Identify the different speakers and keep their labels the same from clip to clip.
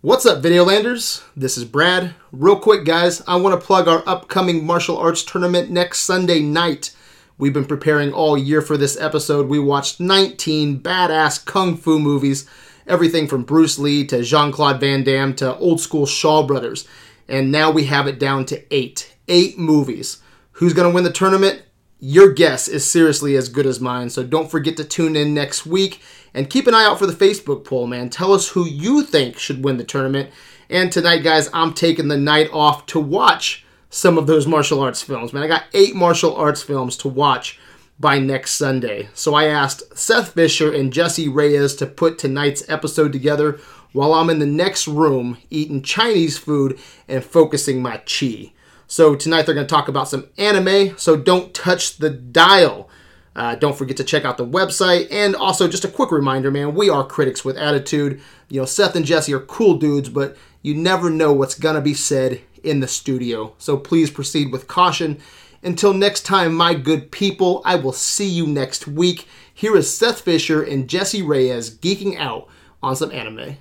Speaker 1: What's up, Videolanders? This is Brad. Real quick, guys, I want to plug our upcoming martial arts tournament next Sunday night. We've been preparing all year for this episode. We watched 19 badass kung fu movies, everything from Bruce Lee to Jean Claude Van Damme to old school Shaw Brothers. And now we have it down to eight. Eight movies. Who's going to win the tournament? Your guess is seriously as good as mine, so don't forget to tune in next week and keep an eye out for the Facebook poll, man. Tell us who you think should win the tournament. And tonight, guys, I'm taking the night off to watch some of those martial arts films, man. I got eight martial arts films to watch by next Sunday. So I asked Seth Fisher and Jesse Reyes to put tonight's episode together while I'm in the next room eating Chinese food and focusing my chi. So tonight they're going to talk about some anime, so don't touch the dial. Uh, don't forget to check out the website. And also, just a quick reminder, man, we are critics with attitude. You know, Seth and Jesse are cool dudes, but you never know what's going to be said in the studio. So please proceed with caution. Until next time, my good people, I will see you next week. Here is Seth Fisher and Jesse Reyes geeking out on some anime.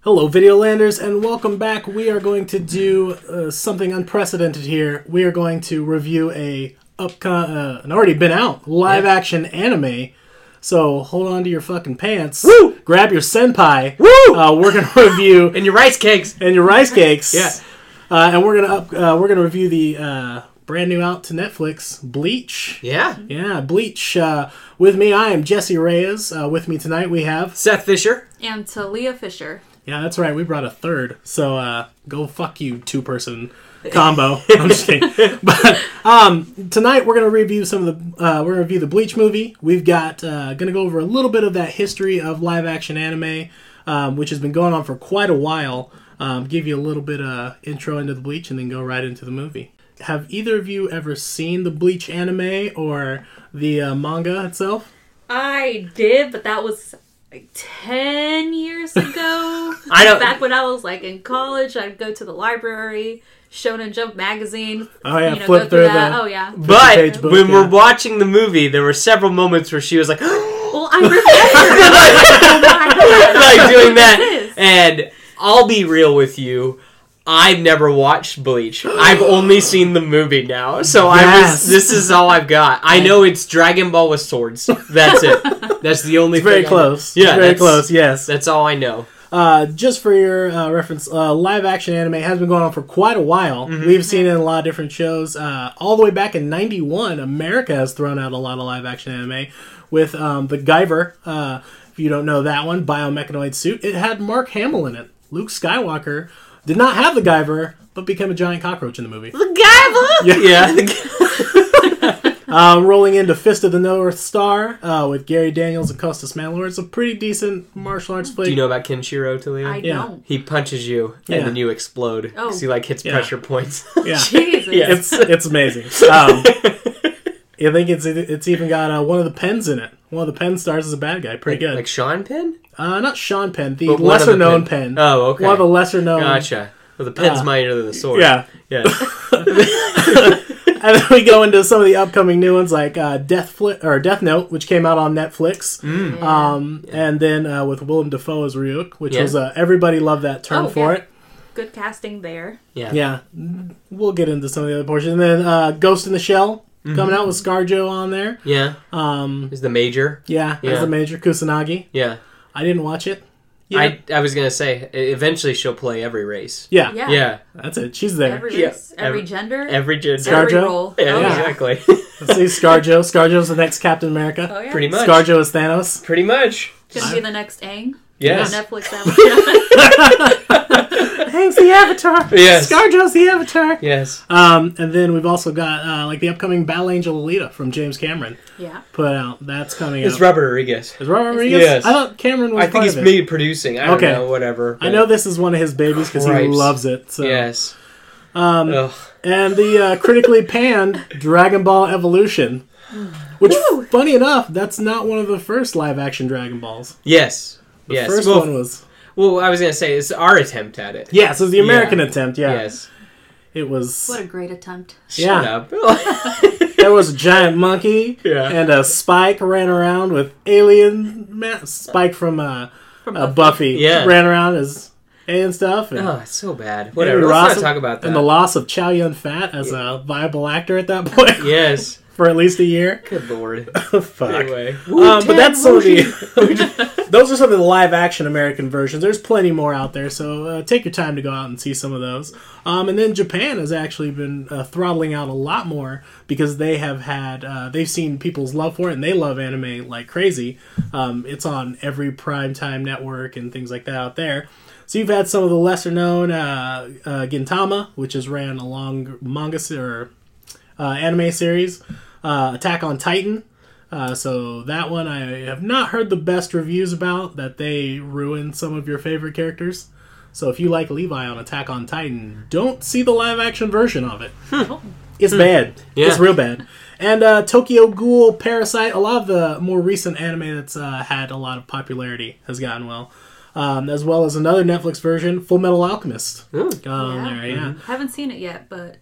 Speaker 2: Hello, Videolanders, and welcome back. We are going to do uh, something unprecedented here. We are going to review a upcom- uh, an already been out live action anime. So hold on to your fucking pants.
Speaker 3: Woo!
Speaker 2: Grab your senpai.
Speaker 3: Woo!
Speaker 2: Uh, we're gonna review
Speaker 3: and your rice cakes.
Speaker 2: and your rice cakes.
Speaker 3: Yeah.
Speaker 2: Uh, and we're gonna up, uh, we're gonna review the uh, brand new out to Netflix Bleach.
Speaker 3: Yeah.
Speaker 2: Yeah, Bleach. Uh, with me, I am Jesse Reyes. Uh, with me tonight, we have
Speaker 3: Seth Fisher.
Speaker 4: and Talia Fisher.
Speaker 2: Yeah, that's right. We brought a third. So uh, go fuck you, two person combo. I'm just kidding. But um, tonight we're gonna review some of the uh, we're gonna review the Bleach movie. We've got uh, gonna go over a little bit of that history of live action anime, um, which has been going on for quite a while. Um, give you a little bit uh, intro into the Bleach and then go right into the movie. Have either of you ever seen the Bleach anime or the uh, manga itself?
Speaker 4: I did, but that was like 10 years ago.
Speaker 3: I don't-
Speaker 4: Back when I was like in college, I'd go to the library, Shonen Jump magazine.
Speaker 2: Oh, yeah,
Speaker 4: you know,
Speaker 2: flip
Speaker 4: go through
Speaker 2: through
Speaker 4: that.
Speaker 2: the-
Speaker 4: Oh, yeah.
Speaker 3: But
Speaker 2: page book,
Speaker 3: when we're
Speaker 2: yeah.
Speaker 3: watching the movie, there were several moments where she was like, like
Speaker 4: Well, I'm refreshing.
Speaker 3: doing
Speaker 4: It
Speaker 3: that.
Speaker 4: is.
Speaker 3: And I'll be real with you. I've never watched Bleach. I've only seen the movie now, so I
Speaker 2: Yes.
Speaker 3: was, this is all I've got. I know it's Dragon Ball with swords. That's it. That's the only.
Speaker 2: It's very
Speaker 3: thing I know.
Speaker 2: close.
Speaker 3: Yeah,
Speaker 2: It's very
Speaker 3: that's-
Speaker 2: close. Yes.
Speaker 3: That's all I know.
Speaker 2: Uh, just for your uh, reference, uh, live action anime has been going on for quite a while.
Speaker 3: Mm-hmm.
Speaker 2: We've seen it in a lot of different shows. Uh, all the way back in '91, America has thrown out a lot of live action anime with um, the Guyver. Uh, if you don't know that one, biomechanoid suit. It had Mark Hamill in it. Luke Skywalker did not have the Guyver, but became a giant cockroach in the movie.
Speaker 3: Yeah,
Speaker 2: Uh, rolling into Fist of the North Star uh, with Gary Daniels and Costas Mandalore. It's a pretty decent martial arts flick.
Speaker 3: Do you know about Kenshiro, Talia?
Speaker 4: I
Speaker 2: Yeah.
Speaker 4: don't.
Speaker 3: He punches you,
Speaker 2: Yeah.
Speaker 3: and then you explode because
Speaker 4: Oh.
Speaker 3: he like hits
Speaker 2: Yeah.
Speaker 3: pressure points.
Speaker 2: Yeah.
Speaker 4: Jesus.
Speaker 3: Yeah.
Speaker 2: it's it's amazing. Um, I think it's it's even got uh, one of the pens in it. One of the pen stars is a bad guy. Pretty good.
Speaker 3: Like Sean Penn?
Speaker 2: uh, not Sean Penn, the
Speaker 3: But one of the
Speaker 2: lesser known
Speaker 3: Penn.
Speaker 2: Penn.
Speaker 3: Oh, okay.
Speaker 2: One of the lesser known.
Speaker 3: Gotcha. Well, the
Speaker 2: Um,
Speaker 3: pen's
Speaker 2: Uh,
Speaker 3: mightier than the sword.
Speaker 2: Yeah.
Speaker 3: Yeah.
Speaker 2: And then we go into some of the upcoming new ones like uh, Death Fli- or Death Note, which came out on Netflix,
Speaker 3: Mm. Uh,
Speaker 2: um, and then uh, with Willem Dafoe as Ryuk, which
Speaker 3: Yeah.
Speaker 2: was uh, everybody loved that term
Speaker 4: Oh,
Speaker 2: for
Speaker 4: yeah.
Speaker 2: it.
Speaker 4: Good casting there.
Speaker 3: yeah.
Speaker 2: Yeah, Mm, we'll get into some of the other portions. And then uh, Ghost in the Shell
Speaker 3: Mm-hmm.
Speaker 2: coming out with ScarJo on there.
Speaker 3: Yeah.
Speaker 2: Um,
Speaker 3: Is the major?
Speaker 2: Yeah, as
Speaker 3: Yeah.
Speaker 2: the major Kusanagi.
Speaker 3: Yeah.
Speaker 2: I didn't watch it.
Speaker 3: I I was gonna say e- eventually she'll play every race.
Speaker 2: Yeah,
Speaker 4: Yeah.
Speaker 3: Yeah.
Speaker 2: that's it. She's there.
Speaker 4: Every
Speaker 3: Yeah.
Speaker 4: race, every,
Speaker 3: Every-
Speaker 4: gender,
Speaker 3: Every gender.
Speaker 2: Scar-
Speaker 4: every
Speaker 2: Scarjo?
Speaker 4: role.
Speaker 3: yeah,
Speaker 4: oh, yeah.
Speaker 3: Exactly.
Speaker 2: Let's see Scarjo. Scarjo's the next Captain America.
Speaker 4: Oh, yeah.
Speaker 3: Pretty much.
Speaker 2: Scarjo is Thanos.
Speaker 3: Pretty much.
Speaker 4: Gonna be the next Aang.
Speaker 3: Yes.
Speaker 4: On Netflix. that one.
Speaker 2: Hank's the Avatar.
Speaker 3: Yes.
Speaker 2: Scarjo's the Avatar.
Speaker 3: Yes.
Speaker 2: Um, and then we've also got uh, like the upcoming Battle Angel Alita from James Cameron
Speaker 4: yeah.
Speaker 2: put out. That's coming
Speaker 3: It's
Speaker 2: out.
Speaker 3: Robert Rodriguez.
Speaker 2: Is Robert Rodriguez?
Speaker 3: Yes.
Speaker 2: I thought Cameron was
Speaker 3: I think
Speaker 2: part
Speaker 3: he's
Speaker 2: of it.
Speaker 3: maybe producing. I don't
Speaker 2: Okay.
Speaker 3: know. Whatever.
Speaker 2: I know this is one of his babies because he
Speaker 3: Cripes.
Speaker 2: loves it. So.
Speaker 3: Yes.
Speaker 2: Um,
Speaker 3: Ugh.
Speaker 2: and the uh, critically panned Dragon Ball Evolution. Which, funny enough, that's not one of the first live action Dragon Balls.
Speaker 3: Yes.
Speaker 2: The
Speaker 3: yes.
Speaker 2: first
Speaker 3: well,
Speaker 2: one was.
Speaker 3: well, I was gonna say it's our attempt at it.
Speaker 2: Yes, it was the
Speaker 3: Yeah.
Speaker 2: American attempt, yeah.
Speaker 3: Yes.
Speaker 2: It was.
Speaker 4: What a great attempt.
Speaker 2: Yeah.
Speaker 3: Shut up.
Speaker 2: there was a giant monkey,
Speaker 3: Yeah.
Speaker 2: and a Spike ran around with alien. Ma- Spike from, uh,
Speaker 4: From
Speaker 2: uh, Buffy
Speaker 3: Yeah.
Speaker 2: ran around as and stuff. And,
Speaker 3: Oh, it's so bad.
Speaker 2: and
Speaker 3: Whatever.
Speaker 2: the
Speaker 3: Let's
Speaker 2: loss of-
Speaker 3: not talk about that.
Speaker 2: And the loss of Chow Yun Fat as a viable actor at that point
Speaker 3: yes.
Speaker 2: for at least a year.
Speaker 3: Good lord.
Speaker 2: Fuck.
Speaker 3: Anyway.
Speaker 2: Um, but that's some of the. those are some of the live action American versions. There's plenty more out there, so uh, take your time to go out and see some of those. Um, and then Japan has actually been uh, throttling out a lot more because they have had uh, they've seen people's love for it and they love anime like crazy. Um, it's on every primetime network and things like that out there. So you've had some of the lesser known uh, uh, Gintama, which is ran along manga se- or uh, anime series, uh, Attack on Titan. Uh, so that one I have not heard the best reviews about that they ruin some of your favorite characters. So if you like Levi on Attack on Titan, don't see the live action version of it. It's bad. It's
Speaker 3: Yeah.
Speaker 2: real bad. And uh, Tokyo Ghoul, Parasite, a lot of the more recent anime that's uh, had a lot of popularity has gotten well, um, as well as another Netflix version, Full Metal Alchemist. Got on
Speaker 4: Yeah.
Speaker 2: there, yeah.
Speaker 4: Haven't seen it yet, but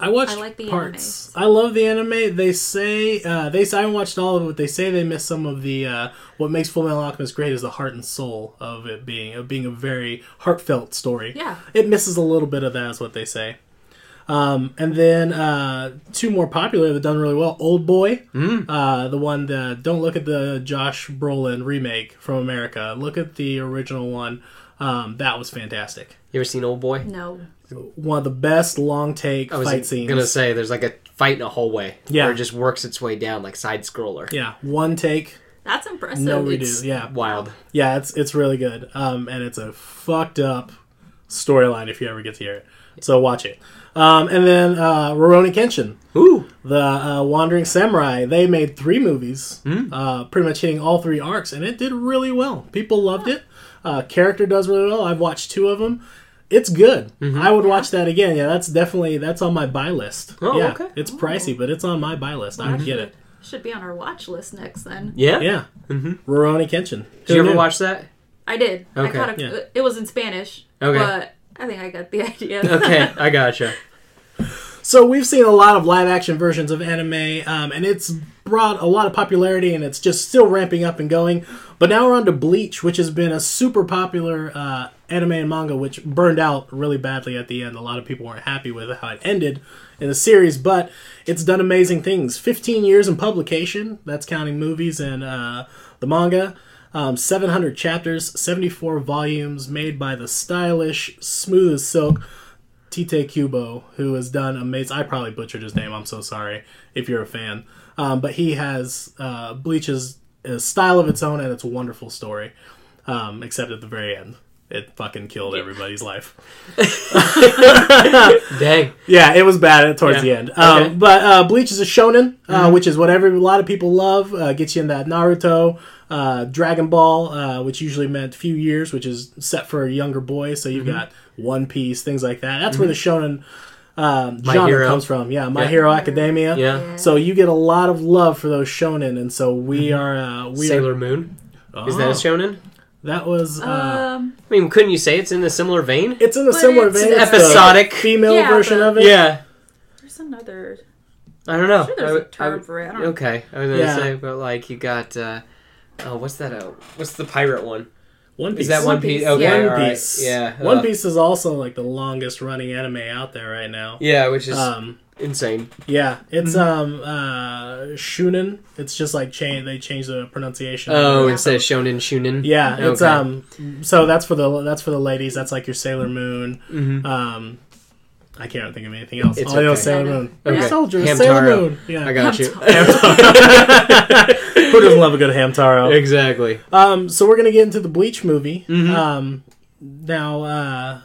Speaker 2: I watched
Speaker 4: I like the
Speaker 2: parts. I love the anime. They say uh, they. I haven't watched all of it. But they say they miss some of the. Uh, what makes Full Metal Alchemist great is the heart and soul of it being of being a very heartfelt story.
Speaker 4: Yeah.
Speaker 2: it misses a little bit of that, is what they say. Um, and then uh, two more popular that done really well: Old Boy,
Speaker 3: Mm.
Speaker 2: uh, the one that don't look at the Josh Brolin remake from America. Look at the original one. Um, that was fantastic.
Speaker 3: You ever seen Old Boy?
Speaker 4: no.
Speaker 2: One of the best long take
Speaker 3: I was
Speaker 2: fight scenes.
Speaker 3: gonna say there's like a fight in a hallway.
Speaker 2: Yeah.
Speaker 3: Where it just works its way down like side scroller.
Speaker 2: Yeah, one take,
Speaker 4: That's impressive.
Speaker 2: no redo.
Speaker 4: It's-
Speaker 2: Yeah,
Speaker 3: Wild.
Speaker 2: yeah, it's it's really good. Um, and it's a fucked up storyline if you ever get to hear it. So watch it. Um, and then uh, Rurouni Kenshin,
Speaker 3: Ooh.
Speaker 2: the uh, Wandering Samurai. They made three movies,
Speaker 3: Hmm.
Speaker 2: uh, pretty much hitting all three arcs, and it did really well. People loved it. Uh, character does really well. I've watched two of them. It's good.
Speaker 3: Mm-hmm.
Speaker 2: I would watch that again. Yeah, that's definitely that's on my buy list.
Speaker 3: Oh, Mm-hmm.
Speaker 2: yeah,
Speaker 3: okay.
Speaker 2: it's pricey, but it's on my buy list. I would get it.
Speaker 4: Should be on our watch list next then.
Speaker 3: Yeah?
Speaker 2: Yeah, mm-hmm. Rurouni Kenshin.
Speaker 3: Did
Speaker 2: Who
Speaker 3: you ever
Speaker 2: knew?
Speaker 3: watch that?
Speaker 4: I did. I
Speaker 3: Okay.
Speaker 4: caught a,
Speaker 2: Yeah.
Speaker 4: It was in Spanish,
Speaker 3: Okay.
Speaker 4: but I think I got the idea.
Speaker 3: Okay, I gotcha.
Speaker 2: So we've seen a lot of live action versions of anime, um, and it's brought a lot of popularity, and it's just still ramping up and going. But now we're on to Bleach, which has been a super popular uh, anime and manga, which burned out really badly at the end. A lot of people weren't happy with how it ended in the series, but it's done amazing things. 15 years in publication, that's counting movies and uh, the manga. Um, 700 chapters, 74 volumes, made by the stylish, smooth as silk Tite Kubo, who has done amazing. I probably butchered his name. I'm so sorry if you're a fan. Um, but he has uh, Bleach's a style of its own, and it's a wonderful story. Um, except at the very end, it fucking killed everybody's life.
Speaker 3: Dang.
Speaker 2: Yeah, it was bad towards
Speaker 3: Yeah.
Speaker 2: the end. Um,
Speaker 3: Okay. Mm-hmm.
Speaker 2: But uh, Bleach is a shonen, uh, which is what every, a lot of people love. Uh, gets you in that Naruto, uh, Dragon Ball, uh, which usually meant few years, which is set for a younger boy. So
Speaker 3: Mm-hmm.
Speaker 2: you've got One Piece, things like that. That's where the shonen um,
Speaker 3: My
Speaker 2: genre
Speaker 3: Hero.
Speaker 2: comes from. Yeah, My
Speaker 3: Yeah.
Speaker 2: Hero Academia.
Speaker 3: Yeah.
Speaker 2: So you get a lot of love for those shonen, and so we are uh, we
Speaker 3: Mm-hmm. Sailor Moon.
Speaker 2: Are,
Speaker 3: Is that a
Speaker 2: Oh,
Speaker 3: shonen?
Speaker 2: That was. Uh,
Speaker 4: Um,
Speaker 3: I mean, couldn't you say it's in a similar vein?
Speaker 2: it's in a
Speaker 4: but
Speaker 2: similar
Speaker 4: it's
Speaker 2: vein. It's the
Speaker 3: episodic.
Speaker 2: female
Speaker 4: Yeah,
Speaker 2: version
Speaker 4: but-
Speaker 2: of it.
Speaker 3: Yeah.
Speaker 4: there's another.
Speaker 3: I don't know.
Speaker 4: I'm sure
Speaker 3: Oh, I
Speaker 4: there's a
Speaker 3: would- I
Speaker 4: term
Speaker 3: would-
Speaker 4: for it. I don't
Speaker 3: okay. I was gonna
Speaker 2: Yeah.
Speaker 3: say, but like you got uh oh what's that uh, what's the pirate one?
Speaker 2: One Piece.
Speaker 3: Is that one piece?
Speaker 4: Piece,
Speaker 3: Okay,
Speaker 4: yeah.
Speaker 2: One
Speaker 3: all right.
Speaker 2: Piece.
Speaker 3: Yeah.
Speaker 2: One
Speaker 3: uh,
Speaker 2: Piece is also like the longest running anime out there right now.
Speaker 3: Yeah, which is
Speaker 2: Um,
Speaker 3: insane.
Speaker 2: yeah, it's um
Speaker 3: Mm-hmm.
Speaker 2: uh shunen. It's just like change they changed the pronunciation.
Speaker 3: Oh,
Speaker 4: Yeah.
Speaker 3: instead of shonen shunen.
Speaker 2: Yeah, it's
Speaker 3: Okay.
Speaker 2: um so that's for the that's for the ladies. That's like your Sailor Moon. Um I can't think of anything else.
Speaker 3: Mm-hmm. It's
Speaker 2: All I know is
Speaker 3: okay.
Speaker 2: Sailor
Speaker 4: I know.
Speaker 2: Moon. We're
Speaker 3: Okay.
Speaker 2: soldiers,
Speaker 3: Hamtaro.
Speaker 2: Sailor Moon. Yeah.
Speaker 3: I got you.
Speaker 2: Who doesn't love a good Hamtaro?
Speaker 3: exactly.
Speaker 2: Um, so we're gonna get into the Bleach movie.
Speaker 3: Mm-hmm.
Speaker 2: Um, now, uh,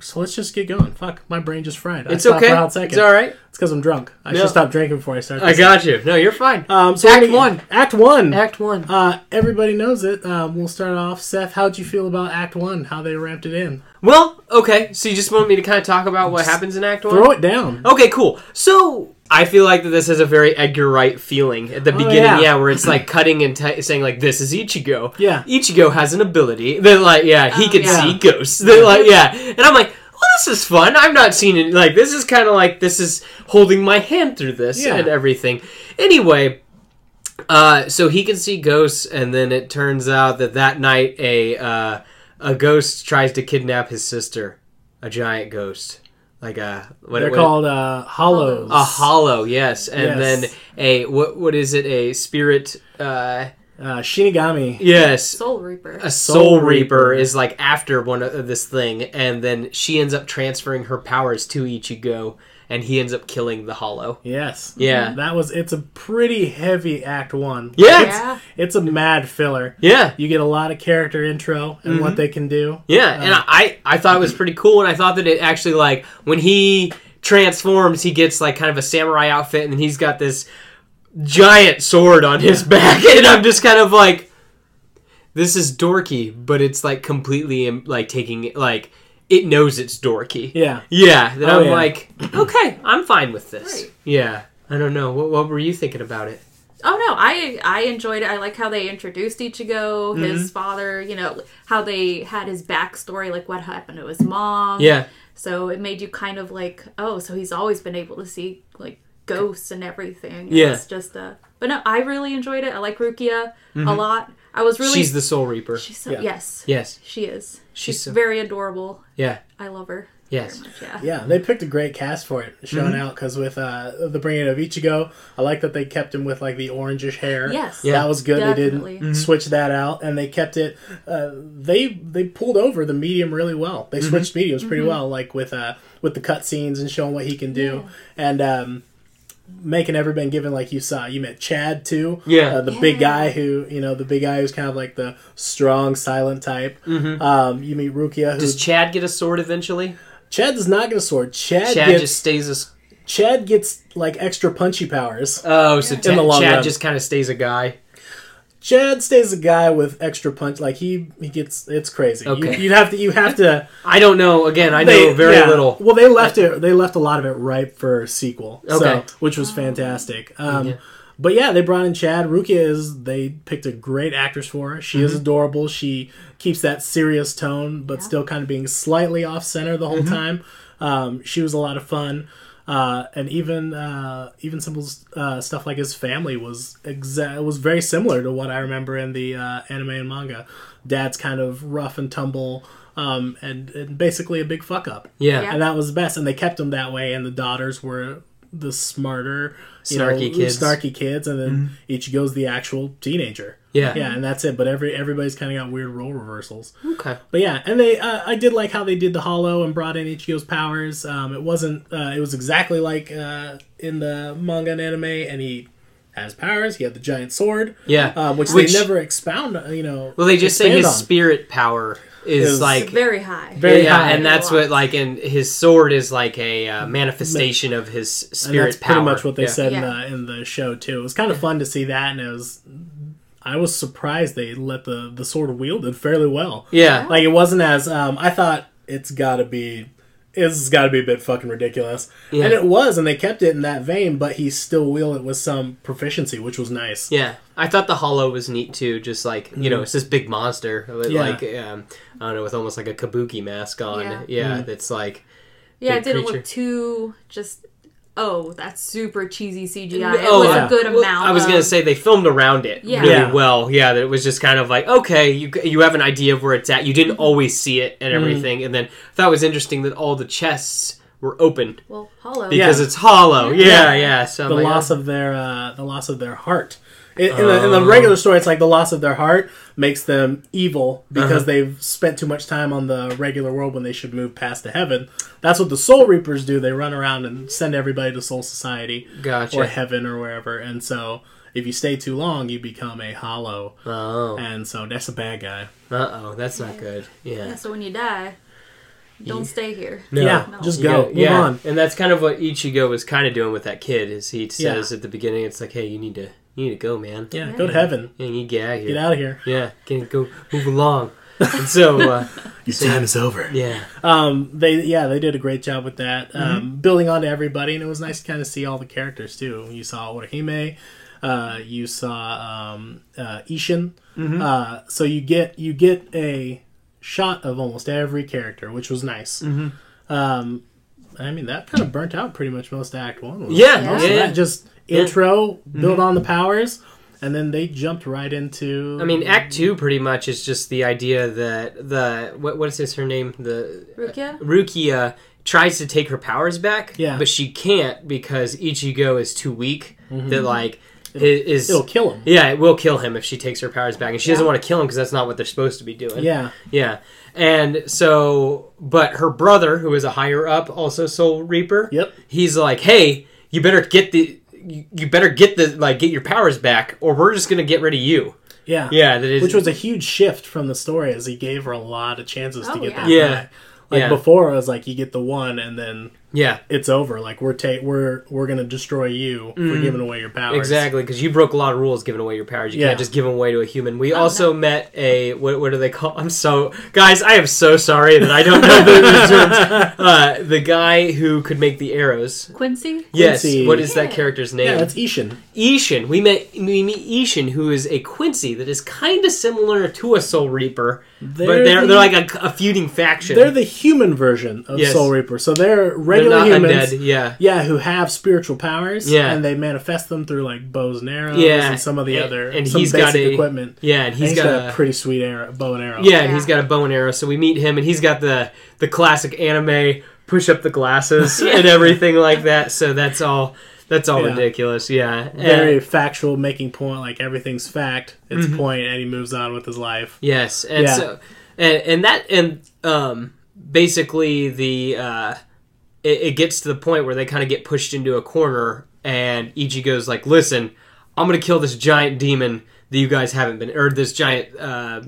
Speaker 2: so let's just get going. Fuck, my brain just fried.
Speaker 3: It's
Speaker 2: I stopped
Speaker 3: okay.
Speaker 2: For a hot second.
Speaker 3: It's all right.
Speaker 2: It's because I'm drunk. I
Speaker 3: No.
Speaker 2: should stop drinking before I start.
Speaker 3: I
Speaker 2: this.
Speaker 3: got you. No, you're fine.
Speaker 2: Um, so we're
Speaker 3: Act
Speaker 2: gonna get-
Speaker 3: one.
Speaker 2: Act one.
Speaker 3: Act one.
Speaker 2: uh, everybody knows it. Um, we'll start off. Seth, how'd you feel about Act One? How they ramped it in?
Speaker 3: Well, okay. So you just want me to kind of talk about what happens in Act One?
Speaker 2: Throw it down.
Speaker 3: Okay, cool. So I feel like that this has a very Edgar Wright feeling at the beginning,
Speaker 2: yeah.
Speaker 3: yeah. where it's like cutting and t- saying like, "This is Ichigo."
Speaker 2: Yeah.
Speaker 3: Ichigo has an ability that, like, yeah, he
Speaker 4: Oh,
Speaker 3: can
Speaker 4: yeah.
Speaker 3: see ghosts. That, like, yeah, and I'm like. Well, this is fun. I've not seen it. Like, this is kind of like this is holding my hand through this
Speaker 2: Yeah.
Speaker 3: and everything. Anyway, uh, so he can see ghosts, and then it turns out that that night a uh, a ghost tries to kidnap his sister, a giant ghost, like a what
Speaker 2: They're
Speaker 3: what-
Speaker 2: called uh, hollows.
Speaker 3: a hollow. Yes,
Speaker 2: Yes.
Speaker 3: and then a what what is it? A spirit. Uh,
Speaker 2: Uh, Shinigami.
Speaker 3: yes,
Speaker 4: Soul Reaper.
Speaker 3: a soul,
Speaker 2: Soul
Speaker 3: reaper,
Speaker 2: Reaper.
Speaker 3: is like after one of this thing and then she ends up transferring her powers to ichigo and he ends up killing the hollow
Speaker 2: Yes.
Speaker 3: Yeah.
Speaker 2: That was. It's a pretty heavy Act One.
Speaker 3: Yeah.
Speaker 2: It's,
Speaker 4: yeah.
Speaker 2: it's a mad filler.
Speaker 3: yeah
Speaker 2: You get a lot of character intro and what they can do.
Speaker 3: yeah and i i thought it was pretty cool and i thought that it actually like when he transforms he gets like kind of a samurai outfit and then he's got this giant sword on his back and i'm just kind of like this is dorky but it's like completely um, like taking it like it knows it's dorky
Speaker 2: Yeah.
Speaker 3: Yeah, that
Speaker 2: Oh,
Speaker 3: I'm
Speaker 2: yeah.
Speaker 3: like, okay, I'm fine with this.
Speaker 4: Right.
Speaker 3: Yeah, I don't know. What, what were you thinking about it?
Speaker 4: Oh no, I I enjoyed it. I like how they introduced Ichigo, his father. You know how they had his backstory, like what happened to his mom.
Speaker 3: Yeah,
Speaker 4: So it made you kind of like, oh, so he's always been able to see like ghosts and everything.
Speaker 3: Yeah.
Speaker 4: It's just a. But no, I really enjoyed it. I like Rukia a lot. I was really.
Speaker 3: Mm-hmm. she's the Soul Reaper.
Speaker 4: she's so,
Speaker 2: Yeah.
Speaker 4: Yes,
Speaker 3: yes,
Speaker 4: she is.
Speaker 3: She's
Speaker 4: She's,
Speaker 3: so-
Speaker 4: very adorable.
Speaker 3: yeah,
Speaker 4: I love her.
Speaker 3: yes,
Speaker 4: Very much, yeah.
Speaker 2: Yeah, they picked a great cast for it, shown
Speaker 3: Mm-hmm.
Speaker 2: out because with uh, the bringing of Ichigo, I like that they kept him with like the orangish hair.
Speaker 4: Yes.
Speaker 3: Yeah. Mm-hmm.
Speaker 2: that was good. They
Speaker 4: Definitely.
Speaker 2: didn't switch that out, and they kept it. Uh, they they pulled over the medium really well.
Speaker 3: Mm-hmm.
Speaker 2: They switched mediums
Speaker 4: Mm-hmm.
Speaker 2: pretty well, like with uh, with the cutscenes and showing what he can do, and um, making everyone given like you saw. You met Chad too.
Speaker 3: Yeah.
Speaker 2: uh, the big
Speaker 4: Yeah.
Speaker 2: guy who you know the big guy who's kind of like the strong silent type.
Speaker 3: Mm-hmm.
Speaker 2: Um, you meet Rukia. Who,
Speaker 3: Does Chad get a sword eventually?
Speaker 2: Chad does not get a sword. Chad,
Speaker 3: Chad
Speaker 2: gets
Speaker 3: just stays a. s-
Speaker 2: Chad gets like extra punchy powers.
Speaker 3: Oh, so Ta-
Speaker 2: the long
Speaker 3: Chad
Speaker 2: run.
Speaker 3: just kind of stays a guy.
Speaker 2: Chad stays a guy with extra punch. Like he he gets it's crazy.
Speaker 3: Okay.
Speaker 2: You, you have to you have to.
Speaker 3: I don't know. Again, I know very
Speaker 2: yeah.
Speaker 3: little.
Speaker 2: Well, they left it. They left a lot of it ripe for sequel. So,
Speaker 3: Okay.
Speaker 2: which was fantastic. Um, But yeah, they brought in Chad. Rukia is they picked a great actress for her. She is adorable. She keeps that serious tone, but still kind of being slightly off center the whole time. Um, she was a lot of fun. Uh, and even uh, even simple uh, stuff like his family was exa- was very similar to what I remember in the uh, anime and manga. Dad's kind of rough and tumble, um, and, and basically a big fuck up
Speaker 3: Yeah,
Speaker 4: Yeah.
Speaker 2: and that was the best. And they kept them that way. And the daughters were the smarter, you
Speaker 3: Snarky
Speaker 2: know,
Speaker 3: kids. Mm-hmm.
Speaker 2: snarky kids, and then each goes the actual teenager.
Speaker 3: yeah,
Speaker 2: Yeah, and that's it. But every everybody's kind of got weird role reversals.
Speaker 3: Okay.
Speaker 2: But yeah, and they uh, I did like how they did the hollow and brought in Ichigo's powers. Um, it wasn't uh, it was exactly like uh, in the manga and anime, and he has powers. He had the giant sword,
Speaker 3: Yeah.
Speaker 2: uh, which,
Speaker 3: Which-
Speaker 2: they never expound. uh, You know,
Speaker 3: Well, they just say
Speaker 2: expand
Speaker 3: his
Speaker 2: on.
Speaker 3: spirit power is
Speaker 2: Is-
Speaker 3: like.
Speaker 4: Very high.
Speaker 2: Very
Speaker 3: yeah,
Speaker 2: high. Mm-hmm.
Speaker 3: and that's what like, and his sword is like a uh, manifestation of his
Speaker 2: And
Speaker 3: spirit
Speaker 2: that's
Speaker 3: power.
Speaker 2: pretty much what they
Speaker 3: Yeah.
Speaker 2: said
Speaker 4: Yeah.
Speaker 2: in, the, in the show too. It was kind of fun to see that, and it was. I was surprised they let the the sword wielded fairly well.
Speaker 3: Yeah,
Speaker 2: Like it wasn't as um, I thought. It's got to be. It's got to be a bit fucking ridiculous,
Speaker 3: Yeah.
Speaker 2: and it was, and they kept it in that vein. But he still wielded it with some proficiency, which was nice.
Speaker 3: Yeah, I thought the hollow was neat too. Just like you know, it's this big monster, with
Speaker 2: Mm-hmm. Yeah.
Speaker 3: like um, I don't know, with almost like a kabuki mask on. Yeah,
Speaker 4: Yeah.
Speaker 2: Mm-hmm.
Speaker 3: that's like
Speaker 4: Yeah,
Speaker 3: big
Speaker 4: it didn't
Speaker 3: creature.
Speaker 4: look too just. Oh, that's super cheesy CGI.
Speaker 3: Oh,
Speaker 4: it was
Speaker 2: yeah.
Speaker 4: a good
Speaker 3: Well,
Speaker 4: amount.
Speaker 3: I was gonna
Speaker 4: of-
Speaker 3: say they filmed around it
Speaker 4: Yeah.
Speaker 3: really
Speaker 2: Yeah.
Speaker 3: well. Yeah, that it was just kind of like okay, you you have an idea of where it's at. You didn't
Speaker 4: Mm-hmm.
Speaker 3: always see it and
Speaker 2: Mm-hmm.
Speaker 3: everything, and then I thought it was interesting that all the chests were open
Speaker 4: Well, hollow.
Speaker 3: because
Speaker 2: Yeah.
Speaker 3: it's hollow. Yeah, yeah.
Speaker 2: Yeah.
Speaker 3: So I'm
Speaker 2: the
Speaker 3: like,
Speaker 2: loss of their uh, the loss of their heart. In, in, the, in the regular story, it's like the loss of their heart makes them evil because they've spent too much time on the regular world when they should move past to heaven. That's what the Soul Reapers do. They run around and send everybody to Soul Society
Speaker 3: Gotcha.
Speaker 2: or heaven or wherever. And so, if you stay too long, you become a hollow.
Speaker 3: oh,
Speaker 2: And so that's a bad guy.
Speaker 3: uh oh, that's not good. Yeah.
Speaker 4: Yeah, so when you die, don't stay here.
Speaker 3: No.
Speaker 2: Yeah,
Speaker 4: No.
Speaker 2: just
Speaker 3: You
Speaker 2: go.
Speaker 3: gotta-
Speaker 2: Move
Speaker 3: yeah.
Speaker 2: on.
Speaker 3: And that's kind of what Ichigo was kind of doing with that kid. Is he
Speaker 2: Yeah.
Speaker 3: says at the beginning, it's like, hey, you need to, you need to go, man.
Speaker 2: Yeah,
Speaker 4: Yeah.
Speaker 2: go to heaven.
Speaker 3: You need to get out of here.
Speaker 2: Get out of here.
Speaker 3: Yeah, can go move along. and so, uh,
Speaker 2: Your time is over.
Speaker 3: yeah,
Speaker 2: um they yeah they did a great job with that
Speaker 3: Mm-hmm.
Speaker 2: um building on to everybody and it was nice to kind of see all the characters too you saw Orihime uh you saw um uh Ishin
Speaker 3: Mm-hmm.
Speaker 2: uh so you get you get a shot of almost every character which was nice
Speaker 3: Mm-hmm.
Speaker 2: um I mean that kind of burnt out pretty much most of act 1 was
Speaker 3: yeah, Mm-hmm. yeah.
Speaker 4: Yeah.
Speaker 2: so that just intro build on the powers and then they jumped right into.
Speaker 3: I mean, Act Two pretty much is just the idea that the what what is his her name the
Speaker 4: Rukia?
Speaker 3: Rukia tries to take her powers back,
Speaker 2: Yeah.
Speaker 3: but she can't because Ichigo is too weak. That like his, is
Speaker 2: Mm-hmm. it'll kill him.
Speaker 3: yeah, it will kill him if she takes her powers back, and she doesn't want to kill him because that's not what they're supposed to be doing.
Speaker 2: Yeah,
Speaker 3: yeah, and so but her brother, who is a higher up, also Soul Reaper.
Speaker 2: Yep.
Speaker 3: he's like, hey, you better get the. You you better get the like get your powers back, or we're just gonna get rid of you.
Speaker 2: yeah,
Speaker 3: Yeah, that is
Speaker 2: Which was a huge shift from the story, as he gave her a lot of chances to
Speaker 4: Oh,
Speaker 2: get
Speaker 4: yeah.
Speaker 2: that.
Speaker 3: Yeah.
Speaker 2: back. Like
Speaker 3: Yeah.
Speaker 2: before, it was like you get the one, and then
Speaker 3: yeah
Speaker 2: it's over. Like we're ta- we're we're gonna destroy you for giving away your powers.
Speaker 3: Mm. Exactly, because you broke a lot of rules giving away your powers. You
Speaker 2: Yeah.
Speaker 3: can't just give them away to a human. We also met a what, what do they call? I'm so guys, I am so sorry that I don't know the, the terms. Uh, the guy who could make the arrows.
Speaker 4: Quincy?
Speaker 3: Yes,
Speaker 2: Quincy.
Speaker 3: what is that
Speaker 4: Yeah.
Speaker 3: character's name?
Speaker 2: Yeah, that's Ishin.
Speaker 3: Ishin. We met we meet Ishin, who is a Quincy that is kind of similar to a Soul Reaper, but
Speaker 2: They're
Speaker 3: they're
Speaker 2: the-
Speaker 3: they're like a, a feuding faction.
Speaker 2: They're the human version of
Speaker 3: Yes.
Speaker 2: Soul Reaper, so they're
Speaker 3: They're
Speaker 2: regular humans.
Speaker 3: undead. Yeah.
Speaker 2: Yeah, who have spiritual powers.
Speaker 3: Yeah.
Speaker 2: and they manifest them through like bows and arrows.
Speaker 3: Yeah,
Speaker 2: and some of the
Speaker 3: and-
Speaker 2: other
Speaker 3: and
Speaker 2: some
Speaker 3: he's
Speaker 2: basic
Speaker 3: got a-
Speaker 2: equipment.
Speaker 3: Yeah,
Speaker 2: And
Speaker 3: and he's got, a,
Speaker 2: pretty sweet arrow, bow and arrow.
Speaker 3: Yeah, and he's
Speaker 4: Yeah.
Speaker 3: got a bow and arrow. So we meet him, and he's got the the classic anime push up the glasses and everything like that. So that's all. That's all
Speaker 2: Yeah.
Speaker 3: ridiculous. Yeah. And-
Speaker 2: very factual, making point like everything's fact. It's point, and he moves on with his life.
Speaker 3: yes, and
Speaker 2: Yeah.
Speaker 3: so and, and that and um basically the uh it, it gets to the point where they kind of get pushed into a corner, and Ichigo's like, "Listen, I'm gonna kill this giant demon that you guys haven't been, or this giant uh,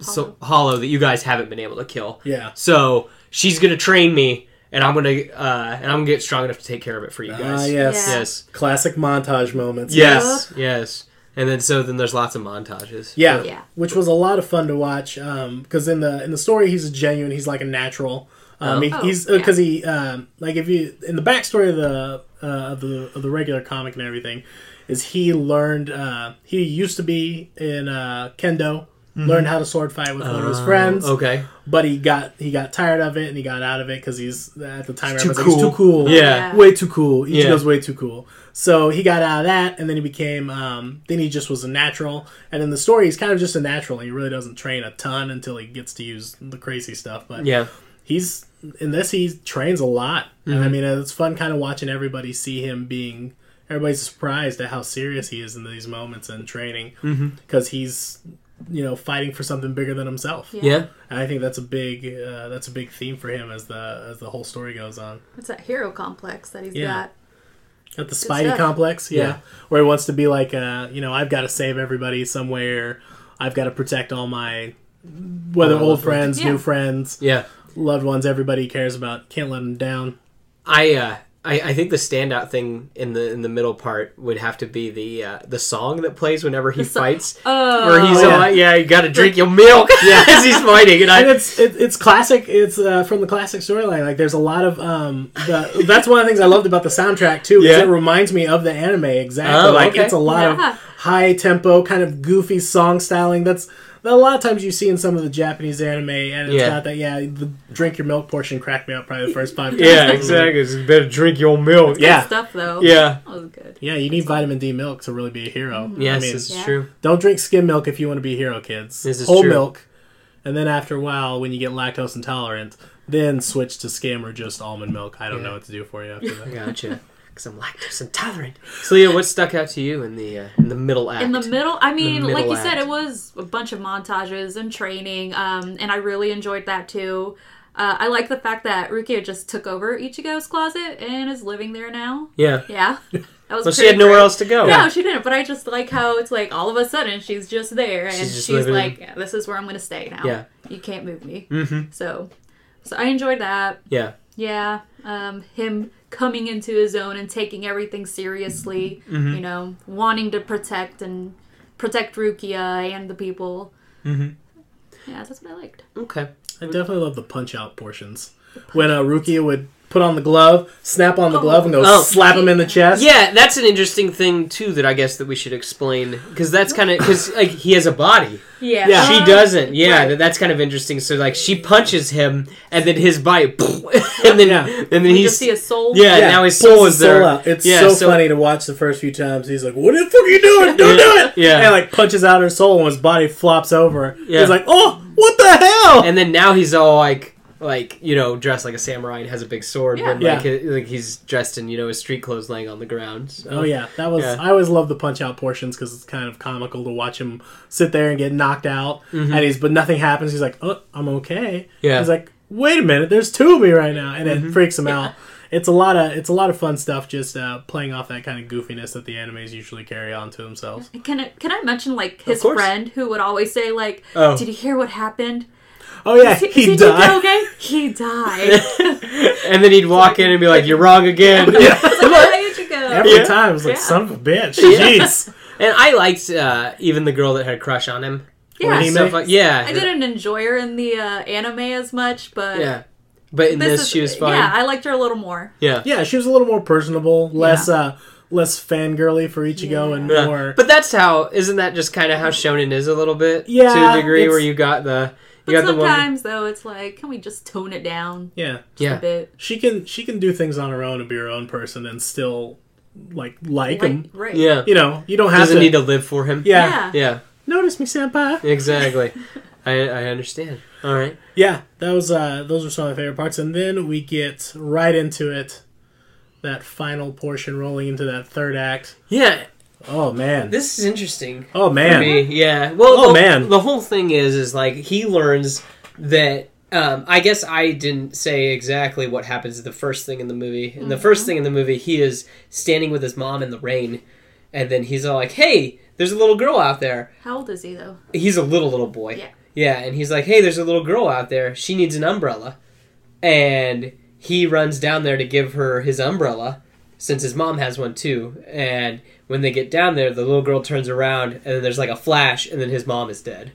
Speaker 3: So, hollow that you guys haven't been able to kill."
Speaker 2: Yeah,
Speaker 3: So she's gonna train me, and I'm gonna uh, and I'm gonna get strong enough to take care of it for you guys.
Speaker 2: Ah, yes,
Speaker 4: Yeah.
Speaker 3: Yes.
Speaker 2: classic montage moments.
Speaker 3: Yes. Yes. And then so then there's lots of montages.
Speaker 2: Yeah.
Speaker 4: Yeah.
Speaker 2: which was a lot of fun to watch because in the in the story he's genuine. He's like a natural. Um, he,
Speaker 4: Oh.
Speaker 2: he's
Speaker 4: Oh, yeah.
Speaker 2: because he um, like if you in the backstory of the uh, of the of the regular comic and everything is he learned uh, he used to be in uh, kendo learned how to sword fight with one of his friends
Speaker 3: Okay.
Speaker 2: but he got he got tired of it and he got out of it because he's at the time
Speaker 3: It's too
Speaker 2: everyone's like, he's
Speaker 3: cool.
Speaker 2: too cool
Speaker 3: Yeah.
Speaker 2: way too cool
Speaker 3: Yeah.
Speaker 2: Ichigo's way too cool so he got out of that and then he became um, then he just was a natural and in the story he's kind of just a natural he really doesn't train a ton until he gets to use the crazy stuff but
Speaker 3: Yeah.
Speaker 2: he's in this he trains a lot and I
Speaker 3: Mm-hmm.
Speaker 2: mean it's fun kind of watching everybody see him being everybody's surprised at how serious he is in these moments and training
Speaker 3: Mm-hmm.
Speaker 2: because he's you know fighting for something bigger than himself
Speaker 3: Yeah.
Speaker 2: and I think that's a big uh, that's a big theme for him as the as the whole story goes on.
Speaker 4: It's that hero complex that he's
Speaker 2: Yeah.
Speaker 4: got.
Speaker 2: At the
Speaker 4: stuff.
Speaker 2: Spidey complex, yeah,
Speaker 3: Yeah.
Speaker 2: where he wants to be like, uh, you know, I've got to save everybody somewhere. I've got to protect all my whether
Speaker 3: All my
Speaker 2: old
Speaker 3: loved ones.
Speaker 2: friends,
Speaker 4: Yeah.
Speaker 2: new friends,
Speaker 3: Yeah.
Speaker 2: loved ones, everybody he cares about. Can't let them down.
Speaker 3: I uh I, I think the standout thing in the in the middle part would have to be the uh, the song that plays whenever he
Speaker 4: so-
Speaker 3: fights.
Speaker 4: Oh.
Speaker 3: where he's
Speaker 2: yeah.
Speaker 3: all like, yeah, you gotta drink your milk as he's fighting, and I
Speaker 2: And it's it, it's classic. It's uh, from the classic storyline. Like there's a lot of um. The, that's one of the things I loved about the soundtrack too.
Speaker 3: Yeah.
Speaker 2: Is it reminds me of the anime exactly.
Speaker 3: Oh,
Speaker 2: like
Speaker 3: okay.
Speaker 2: it's a lot
Speaker 4: Yeah.
Speaker 2: of high tempo, kind of goofy song styling. That's that a lot of times you see in some of the Japanese anime, and it's
Speaker 3: Yeah.
Speaker 2: got that. Yeah, the drink your milk portion cracked me up probably the first five. times.
Speaker 3: yeah, exactly. it's, You better drink your milk.
Speaker 4: Good
Speaker 2: Yeah.
Speaker 4: stuff, though.
Speaker 3: Yeah.
Speaker 4: That was good.
Speaker 2: Yeah, you need vitamin D milk to really be a hero.
Speaker 3: Yes,
Speaker 2: I mean,
Speaker 3: this is
Speaker 4: Yeah.
Speaker 3: true.
Speaker 2: don't drink skim milk if you want to be a hero, kids.
Speaker 3: This is
Speaker 2: Whole
Speaker 3: true.
Speaker 2: milk, and then after a while, when you get lactose intolerant, then switch to skim or just almond milk. I don't know what to do for you after that.
Speaker 3: Gotcha. Because I'm lactose intolerant. So, Leah, what stuck out to you in the uh, in the middle act?
Speaker 4: In the middle, I mean,
Speaker 3: middle
Speaker 4: like you said,
Speaker 3: act.
Speaker 4: it was a bunch of montages and training, um, and I really enjoyed that too. Uh, I like the fact that Rukia just took over Ichigo's closet and is living there now.
Speaker 3: Yeah.
Speaker 4: Yeah, that was.
Speaker 3: Well, she
Speaker 4: pretty
Speaker 3: had nowhere
Speaker 4: great.
Speaker 3: else to go.
Speaker 4: No, she didn't. But I just like how it's like all of a sudden she's just there, and
Speaker 3: She's
Speaker 4: she's,
Speaker 3: just living
Speaker 4: like, yeah, "This is where I'm going to stay now.
Speaker 3: Yeah.
Speaker 4: You can't move me." Mm-hmm. So, so I enjoyed that.
Speaker 3: Yeah.
Speaker 4: Yeah, um, him coming into his own and taking everything seriously.
Speaker 3: Mm-hmm.
Speaker 4: You know, wanting to protect and protect Rukia and the people. Mm-hmm. Yeah, that's what I liked.
Speaker 3: Okay.
Speaker 2: I definitely love the punch out portions. when uh, Rukia would put on the glove, snap on the glove, and go
Speaker 3: Oh.
Speaker 2: slap him in the chest.
Speaker 3: Yeah, that's an interesting thing too that I guess that we should explain because that's kind of because like he has a body.
Speaker 4: Yeah.
Speaker 2: Yeah.
Speaker 3: She doesn't. Yeah,
Speaker 4: Um, right.
Speaker 3: that that's kind of interesting. So like she punches him and then his body and then
Speaker 2: Yeah.
Speaker 3: and then
Speaker 4: We
Speaker 3: he's
Speaker 4: just see a soul.
Speaker 3: yeah,
Speaker 2: Yeah,
Speaker 3: now his
Speaker 2: pulls
Speaker 3: soul is
Speaker 2: soul
Speaker 3: there.
Speaker 2: out. It's
Speaker 3: Yeah,
Speaker 2: so, funny to watch the first few times. He's like, "What the fuck are you doing? Don't do it!"
Speaker 3: Yeah.
Speaker 2: and like punches out her soul, and his body flops over.
Speaker 3: Yeah.
Speaker 2: He's like, "Oh, what the hell?"
Speaker 3: And then now he's all like like you know dressed like a samurai and has a big sword
Speaker 4: Yeah.
Speaker 3: but like,
Speaker 2: Yeah.
Speaker 3: he- like he's dressed in you know his street clothes laying on the ground. So-
Speaker 2: Oh yeah, that was.
Speaker 3: Yeah.
Speaker 2: I always love the punch out portions because it's kind of comical to watch him sit there and get knocked out, and he's but nothing happens. He's like, "Oh, I'm okay."
Speaker 3: Mm-hmm. Yeah. Mm-hmm.
Speaker 2: He's like, "Wait a minute, there's two of me right now," and it freaks him out. It's a lot of it's a lot of fun stuff. Just uh, playing off that kind of goofiness that the animes usually carry on to themselves.
Speaker 4: Can I, can I mention like his
Speaker 3: course.
Speaker 4: friend who would always say like,
Speaker 3: Oh.
Speaker 4: "Did you hear what happened?
Speaker 2: Oh yeah,
Speaker 4: Did,
Speaker 2: he
Speaker 4: did You do
Speaker 2: died.
Speaker 4: okay? He died.
Speaker 3: and then he'd walk in and be like, "You're wrong again."
Speaker 4: It's like, "Why did you go?"
Speaker 2: Every
Speaker 3: Yeah.
Speaker 2: time, it's like
Speaker 4: Yeah.
Speaker 2: son of a bitch.
Speaker 3: Yeah.
Speaker 2: Jeez.
Speaker 3: And I liked uh, even the girl that had a crush on him.
Speaker 4: Yeah.
Speaker 2: Anime?
Speaker 3: Stuff like- yeah,
Speaker 4: I didn't enjoy her in the uh, anime as much, but
Speaker 3: Yeah, but in this,
Speaker 4: is-
Speaker 3: she was fine.
Speaker 4: Yeah, I liked her a little more.
Speaker 3: yeah.
Speaker 2: Yeah, she was a little more personable, less uh, less fangirly for Ichigo, and
Speaker 3: Yeah.
Speaker 2: more.
Speaker 3: But that's how isn't that just kind of how shonen is a little bit to
Speaker 2: Yeah,
Speaker 3: a degree where
Speaker 2: it's-
Speaker 3: you got the you
Speaker 4: But
Speaker 3: got the one
Speaker 4: sometimes though, it's like, can we just tone it down
Speaker 2: yeah.
Speaker 4: a
Speaker 3: yeah
Speaker 4: bit?
Speaker 2: she can she can do things on her own and be her own person and still like like
Speaker 4: Like,
Speaker 2: him.
Speaker 4: right?
Speaker 3: yeah
Speaker 2: You know, you don't have
Speaker 3: doesn't
Speaker 2: to.
Speaker 3: need to live for him
Speaker 2: yeah.
Speaker 4: Yeah.
Speaker 3: yeah
Speaker 2: Notice me, senpai.
Speaker 3: exactly I I understand all right
Speaker 2: Yeah, that was uh, those were some of my favorite parts, and then we get right into it. That final portion rolling into that third act.
Speaker 3: yeah
Speaker 2: Oh man.
Speaker 3: this is interesting
Speaker 2: Oh
Speaker 3: for me
Speaker 2: man.
Speaker 3: yeah well
Speaker 2: Oh,
Speaker 3: the,
Speaker 2: man.
Speaker 3: the whole thing is is like he learns that. Um, I guess I didn't say exactly what happens to the first thing in the movie. And the
Speaker 4: Mm-hmm.
Speaker 3: first thing in the movie, he is standing with his mom in the rain, and then he's all like, "Hey, there's a little girl out there."
Speaker 4: How old is he though?
Speaker 3: he's a little little boy.
Speaker 4: Yeah.
Speaker 3: Yeah, and he's like, "Hey, there's a little girl out there. She needs an umbrella." And he runs down there to give her his umbrella since his mom has one too. And when they get down there, the little girl turns around and then there's like a flash and then his mom is dead.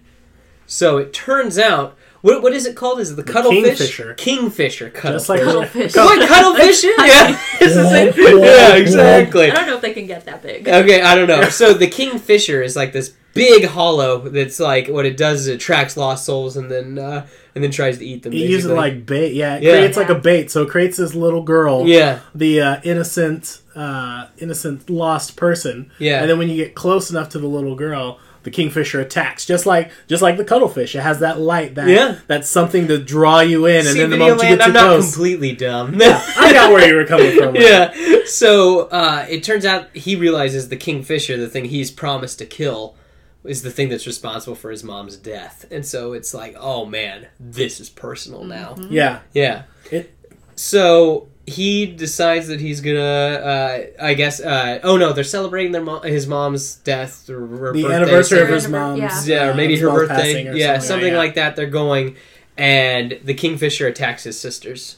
Speaker 3: So it turns out what what is it called? Is it the cuttlefish?
Speaker 2: kingfisher.
Speaker 3: Kingfisher cuttlefish.
Speaker 2: That's like
Speaker 4: Cuttlefish.
Speaker 3: what cuttlefish? is? yeah. It's the same- yeah, exactly.
Speaker 4: I don't know if they can get that big.
Speaker 3: Okay, I don't know. So the kingfisher is like this big hollow that's like what it does is it attracts lost souls and then uh, and then tries to eat them.
Speaker 2: It uses
Speaker 3: basically.
Speaker 2: like bait, yeah. It
Speaker 3: Yeah.
Speaker 2: creates like a bait, so it creates this little girl,
Speaker 3: yeah,
Speaker 2: the uh, innocent, uh, innocent lost person.
Speaker 3: Yeah.
Speaker 2: And then when you get close enough to the little girl, the kingfisher attacks, just like just like the cuttlefish. It has that light, that
Speaker 3: Yeah.
Speaker 2: that's something to draw you in, and
Speaker 3: See,
Speaker 2: then the
Speaker 3: Video
Speaker 2: moment you
Speaker 3: Land,
Speaker 2: get too
Speaker 3: I'm not
Speaker 2: close,
Speaker 3: completely dumb.
Speaker 2: I got where you were coming from. with it.
Speaker 3: yeah. So uh, it turns out he realizes the kingfisher, the thing he's promised to kill, is the thing that's responsible for his mom's death, and so it's like, oh man, this is personal now.
Speaker 2: yeah,
Speaker 3: Yeah.
Speaker 2: It-
Speaker 3: so he decides that he's gonna. Uh, I guess. Uh, oh no, they're celebrating their mo- his mom's death or her
Speaker 2: the
Speaker 3: birthday,
Speaker 2: anniversary of
Speaker 3: something.
Speaker 2: his
Speaker 4: Anniver-
Speaker 2: mom's,
Speaker 3: Yeah, or
Speaker 2: uh,
Speaker 3: maybe
Speaker 2: his
Speaker 3: her
Speaker 2: mom's
Speaker 3: birthday.
Speaker 2: passing or
Speaker 3: Yeah, something,
Speaker 2: yeah.
Speaker 3: like that. They're going, and the kingfisher attacks his sisters.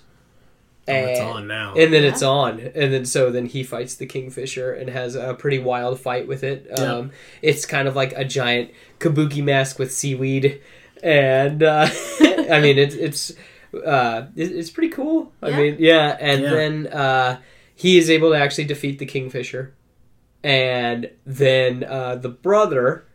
Speaker 3: And,
Speaker 2: Oh, it's on now.
Speaker 3: and then
Speaker 4: Yeah.
Speaker 3: it's on, and then so then he fights the kingfisher and has a pretty wild fight with it.
Speaker 2: Yeah.
Speaker 3: Um, It's kind of like a giant kabuki mask with seaweed, and uh, I mean it's it's uh, it, it's pretty cool. I
Speaker 4: Yeah.
Speaker 3: mean yeah, and
Speaker 2: Yeah.
Speaker 3: then uh, he is able to actually defeat the kingfisher, and then uh, the brother,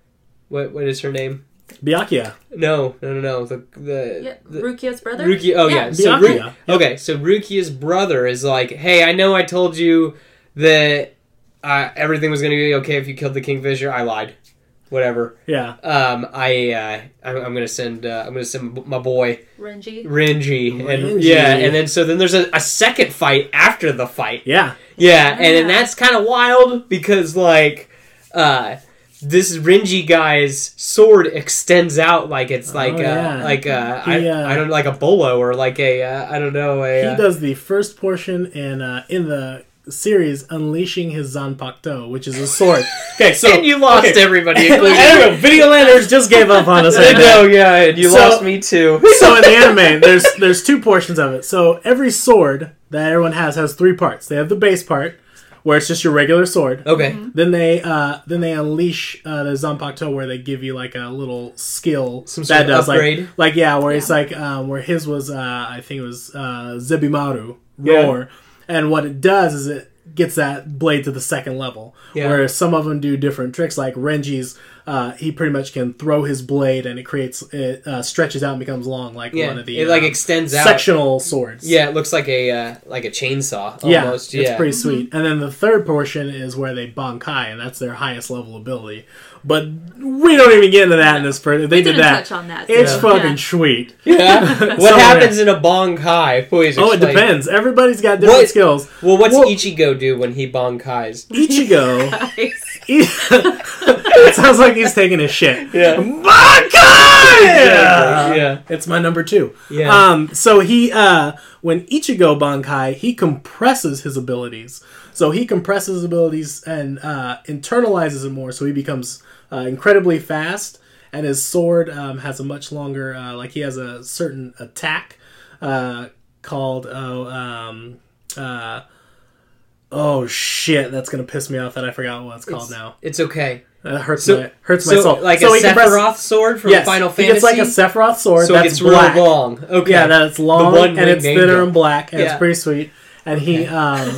Speaker 3: what what is her name?
Speaker 2: Byakuya.
Speaker 3: No, no, no, no. The the,
Speaker 4: Yeah,
Speaker 3: the
Speaker 4: Rukia's brother.
Speaker 3: Ruki. Oh yeah.
Speaker 4: Yeah.
Speaker 3: So
Speaker 2: Byakuya.
Speaker 3: Ru- okay, so Rukia's brother is like, "Hey, I know I told you that uh, everything was going to be okay if you killed the kingfisher. I lied. Whatever.
Speaker 2: Yeah,
Speaker 3: Um, I uh, I'm, I'm going to send uh, I'm going to send my boy
Speaker 4: Renji.
Speaker 3: Renji, and
Speaker 2: Renji.
Speaker 3: yeah, and then so then there's a, a second fight after the fight.
Speaker 2: yeah,
Speaker 3: Yeah, and
Speaker 2: Ah.
Speaker 3: then
Speaker 4: Yeah.
Speaker 3: that's kind of wild because like uh this Renji guy's sword extends out like it's like uh
Speaker 2: Oh, yeah.
Speaker 3: like uh,
Speaker 2: He,
Speaker 3: I,
Speaker 2: uh,
Speaker 3: I don't like a bolo or like a uh, I don't know a
Speaker 2: he
Speaker 3: uh,
Speaker 2: does the first portion and uh, in the series unleashing his zanpakuto, which is a sword. okay, so
Speaker 3: and you lost
Speaker 2: okay.
Speaker 3: everybody
Speaker 2: I
Speaker 3: including
Speaker 2: don't know. Video Landers just gave up on us.
Speaker 3: I
Speaker 2: right now.
Speaker 3: know, yeah, and you
Speaker 2: So-
Speaker 3: lost me too.
Speaker 2: So in the anime, there's there's two portions of it. So every sword that everyone has has three parts. They have the base part, where it's just your regular sword.
Speaker 3: Okay.
Speaker 2: Then they uh, then they unleash uh, the Zanpakuto where they give you like a little skill
Speaker 3: Some sort of upgrade?
Speaker 2: like like yeah where it's like um, where his was uh, I think it was uh, Zebimaru roar, and what it does is it gets that blade to the second level.
Speaker 3: Yeah.
Speaker 2: Whereas some of them do different tricks like Renji's uh, he pretty much can throw his blade and it creates it uh, stretches out and becomes long like
Speaker 3: Yeah.
Speaker 2: one of the
Speaker 3: it like
Speaker 2: um,
Speaker 3: extends out.
Speaker 2: sectional swords.
Speaker 3: Yeah, it looks like a uh, like a chainsaw
Speaker 2: Yeah,
Speaker 3: almost. Yeah.
Speaker 2: it's pretty sweet. And then the third portion is where they bankai, and that's their highest level ability. But we don't even get into that in this. Per- they did
Speaker 4: didn't
Speaker 2: that.
Speaker 4: touch on that.
Speaker 2: It's
Speaker 4: so,
Speaker 2: fucking
Speaker 4: yeah.
Speaker 2: sweet.
Speaker 3: Yeah. what
Speaker 2: So,
Speaker 3: happens in a bonkai? Please.
Speaker 2: Oh, it
Speaker 3: explain.
Speaker 2: depends. Everybody's got different
Speaker 3: What-
Speaker 2: skills.
Speaker 3: Well, what's
Speaker 2: Well-
Speaker 3: Ichigo do when he bonkais?
Speaker 2: Ichigo.
Speaker 4: Nice.
Speaker 2: it sounds like he's taking a shit.
Speaker 3: Yeah.
Speaker 2: Bankai!
Speaker 3: Yeah.
Speaker 2: It's my number two.
Speaker 3: Yeah.
Speaker 2: Um, so he, uh, when Ichigo Bankai, he compresses his abilities. So he compresses his abilities and uh, internalizes it more. So he becomes uh, incredibly fast, and his sword um, has a much longer, uh, like he has a certain attack uh, called, oh, um, uh, oh shit, that's gonna piss me off that I forgot what it's called now.
Speaker 3: It's okay.
Speaker 2: That hurts
Speaker 3: So-
Speaker 2: my hurts my
Speaker 3: So,
Speaker 2: soul.
Speaker 3: like
Speaker 2: so
Speaker 3: a
Speaker 2: he
Speaker 3: Sephiroth
Speaker 2: compresses-
Speaker 3: sword from
Speaker 2: Yes,
Speaker 3: Final
Speaker 2: he
Speaker 3: Fantasy.
Speaker 2: gets like a Sephiroth sword.
Speaker 3: so it
Speaker 2: that's
Speaker 3: gets
Speaker 2: black.
Speaker 3: really long. Okay.
Speaker 2: Yeah, that's long
Speaker 3: one
Speaker 2: and
Speaker 3: we
Speaker 2: it's
Speaker 3: named
Speaker 2: thinner
Speaker 3: it.
Speaker 2: and black, and it's
Speaker 3: Yeah.
Speaker 2: pretty sweet. And he um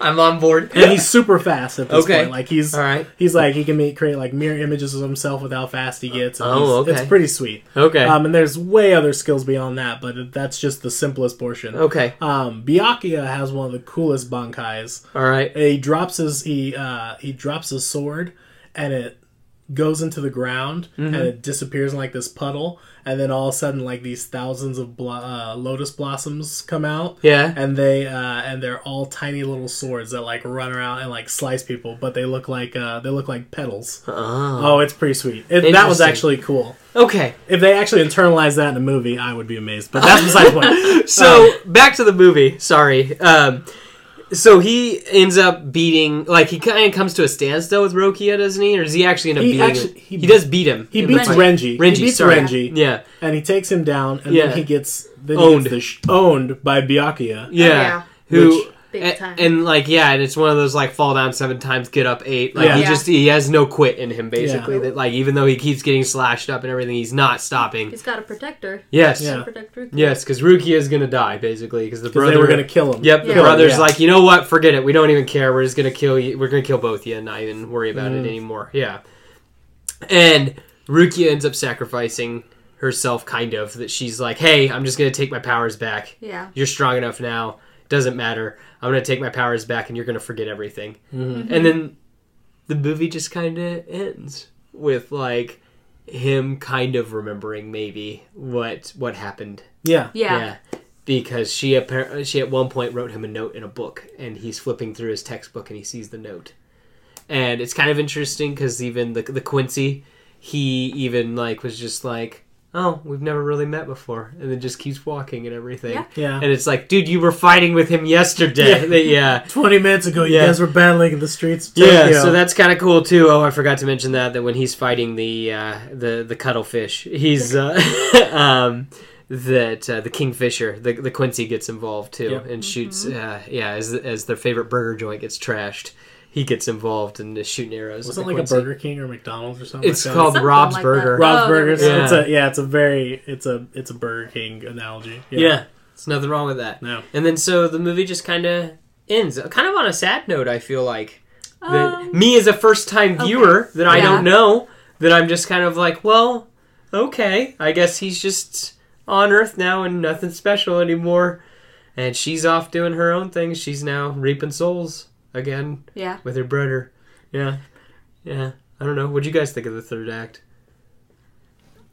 Speaker 3: I'm on board.
Speaker 2: and he's super fast at this
Speaker 3: Okay.
Speaker 2: point. Like he's
Speaker 3: All right.
Speaker 2: he's like he can make create like mirror images of himself with how fast he gets. And
Speaker 3: Oh,
Speaker 2: he's-
Speaker 3: okay.
Speaker 2: It's pretty sweet.
Speaker 3: Okay.
Speaker 2: Um, and there's way other skills beyond that, but that's just the simplest portion.
Speaker 3: okay.
Speaker 2: Um, Byakuya has one of the coolest bankais.
Speaker 3: All right.
Speaker 2: He drops his he uh, he drops his sword, and it goes into the ground and
Speaker 3: Mm-hmm.
Speaker 2: it disappears in like this puddle, and then all of a sudden like these thousands of blo- uh, lotus blossoms come out.
Speaker 3: Yeah.
Speaker 2: and they uh, and they're all tiny little swords that like run around and like slice people, but they look like uh, they look like petals.
Speaker 3: Oh.
Speaker 2: Oh, it's pretty sweet. It, that was
Speaker 3: Interesting.
Speaker 2: actually cool.
Speaker 3: Okay.
Speaker 2: If they actually internalized that in a movie, I would be amazed. But that's beside the point.
Speaker 3: So back to the movie. Sorry. Um, so he ends up beating. Like he kind of comes to a standstill with Rokia, doesn't he? Or does he actually end up
Speaker 2: He
Speaker 3: beating?
Speaker 2: actu-
Speaker 3: him?
Speaker 2: he-
Speaker 3: He, does beat him.
Speaker 2: He
Speaker 3: in the
Speaker 2: beats
Speaker 3: fight.
Speaker 2: Renji.
Speaker 3: Renji,
Speaker 2: He beats
Speaker 3: sorry.
Speaker 2: Renji.
Speaker 4: Oh,
Speaker 3: Yeah.
Speaker 2: and he takes him down, and
Speaker 3: Yeah.
Speaker 2: then he gets then
Speaker 3: Owned.
Speaker 2: He gets the sh- owned by Byakuya.
Speaker 3: Yeah.
Speaker 4: yeah.
Speaker 3: Who
Speaker 2: Which-
Speaker 4: Big
Speaker 3: a-
Speaker 4: time.
Speaker 3: and, like yeah, and it's one of those like fall down seven times, get up eight. Like
Speaker 2: Yeah.
Speaker 3: he
Speaker 4: Yeah.
Speaker 3: just he has no quit in him basically.
Speaker 2: Yeah.
Speaker 3: That like even though he keeps getting slashed up and everything, he's not stopping.
Speaker 4: He's got a protector.
Speaker 3: Yes.
Speaker 2: Yeah.
Speaker 4: Protect Rukia.
Speaker 3: Yes, because Rukia is gonna die basically because the
Speaker 2: 'Cause
Speaker 3: brother
Speaker 2: they were gonna kill him.
Speaker 3: Yep, the
Speaker 4: Yeah.
Speaker 3: brother's
Speaker 2: Yeah.
Speaker 3: like, you know what? Forget it. We don't even care. We're just gonna kill you. We're gonna kill both of you and not even worry about it anymore. Yeah. And Rukia ends up sacrificing herself, kind of. That she's like, hey, I'm just gonna take my powers back.
Speaker 4: Yeah.
Speaker 3: You're strong enough now. Doesn't matter. I'm gonna take my powers back, and you're gonna forget everything. And then the movie just kind of ends with like him kind of remembering maybe what what happened
Speaker 2: Yeah.
Speaker 4: Yeah.
Speaker 3: because she appar- she at one point wrote him a note in a book, and he's flipping through his textbook and he sees the note, and it's kind of interesting because even the the Quincy, he even like was just like, oh, we've never really met before, and then just keeps walking and everything.
Speaker 4: Yeah.
Speaker 2: Yeah.
Speaker 3: And it's like, dude, you were fighting with him yesterday. That- yeah.
Speaker 2: 20 minutes ago, you
Speaker 3: Yeah.
Speaker 2: guys were battling in the streets. Of
Speaker 3: Yeah,
Speaker 2: Tokyo.
Speaker 3: so that's kind of cool too. Oh, I forgot to mention that that when he's fighting the uh, the the cuttlefish, he's uh, um, that uh, the kingfisher, the the Quincy gets involved too
Speaker 2: Yep.
Speaker 3: and shoots. Uh, yeah, as as their favorite burger joint gets trashed, he gets involved and is shooting arrows.
Speaker 2: was
Speaker 3: at
Speaker 2: it
Speaker 3: the
Speaker 2: like
Speaker 3: Quincy.
Speaker 2: a Burger King or McDonald's or something?
Speaker 3: It's
Speaker 2: like that?
Speaker 3: called
Speaker 4: Something
Speaker 3: Rob's
Speaker 4: like that.
Speaker 3: Burger.
Speaker 2: Rob's
Speaker 4: Oh, there we
Speaker 2: Burgers.
Speaker 4: go.
Speaker 2: It's a yeah. It's a very it's a it's a Burger King analogy.
Speaker 3: Yeah. yeah, it's nothing wrong with that.
Speaker 2: No.
Speaker 3: And then so the movie just kind of ends, kind of on a sad note. I feel like that
Speaker 4: Um,
Speaker 3: me as a first time viewer that I
Speaker 4: Yeah.
Speaker 3: don't know that I'm just kind of like, well, okay, I guess he's just on Earth now and nothing special anymore, and she's off doing her own thing. She's now reaping souls again
Speaker 4: yeah.
Speaker 3: with her brother. Yeah, yeah. I don't know. What do you guys think of the third act?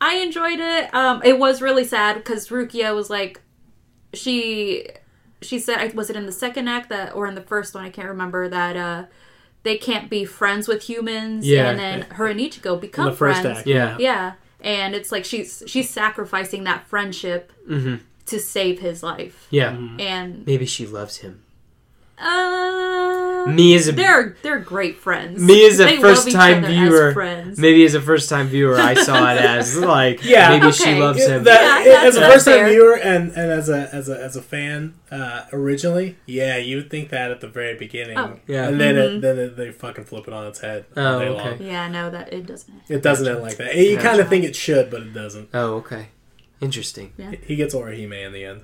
Speaker 4: I enjoyed it. Um, it was really sad because Rukia was like, she, she said, was it in the second act that or in the first one? I can't remember that. Uh, they can't be friends with humans.
Speaker 3: Yeah.
Speaker 4: And then her and Ichigo
Speaker 2: In
Speaker 4: become
Speaker 2: the first
Speaker 4: friends.
Speaker 2: act.
Speaker 3: Yeah.
Speaker 4: Yeah. And it's like she's she's sacrificing that friendship to save his life.
Speaker 3: Mm-hmm. Yeah,
Speaker 4: And
Speaker 3: maybe she loves him.
Speaker 4: uh,
Speaker 3: Me as a
Speaker 4: They're they're great friends.
Speaker 3: me as
Speaker 4: They
Speaker 3: a
Speaker 4: love
Speaker 3: first
Speaker 4: each
Speaker 3: time
Speaker 4: other as
Speaker 3: viewer,
Speaker 4: friends.
Speaker 3: maybe as a first time viewer, I saw it as like
Speaker 2: Yeah.
Speaker 3: maybe
Speaker 4: Okay.
Speaker 3: she loves
Speaker 2: It-
Speaker 3: him.
Speaker 2: that-
Speaker 4: Yeah,
Speaker 2: it-
Speaker 4: that's
Speaker 2: as a
Speaker 4: what I'm
Speaker 2: first time
Speaker 4: saying.
Speaker 2: viewer and, and as a as a as a fan uh, originally, yeah, you would think that at the very beginning.
Speaker 4: Oh.
Speaker 3: Yeah.
Speaker 2: and then it, then it, they fucking flip it on its head. all
Speaker 3: Oh,
Speaker 2: day
Speaker 3: okay.
Speaker 2: long.
Speaker 4: Yeah, no, that it doesn't.
Speaker 2: It doesn't end like that. You
Speaker 3: Gotcha.
Speaker 2: kind of think it should, but it doesn't.
Speaker 3: oh, okay, interesting.
Speaker 2: He gets Orihime in the end.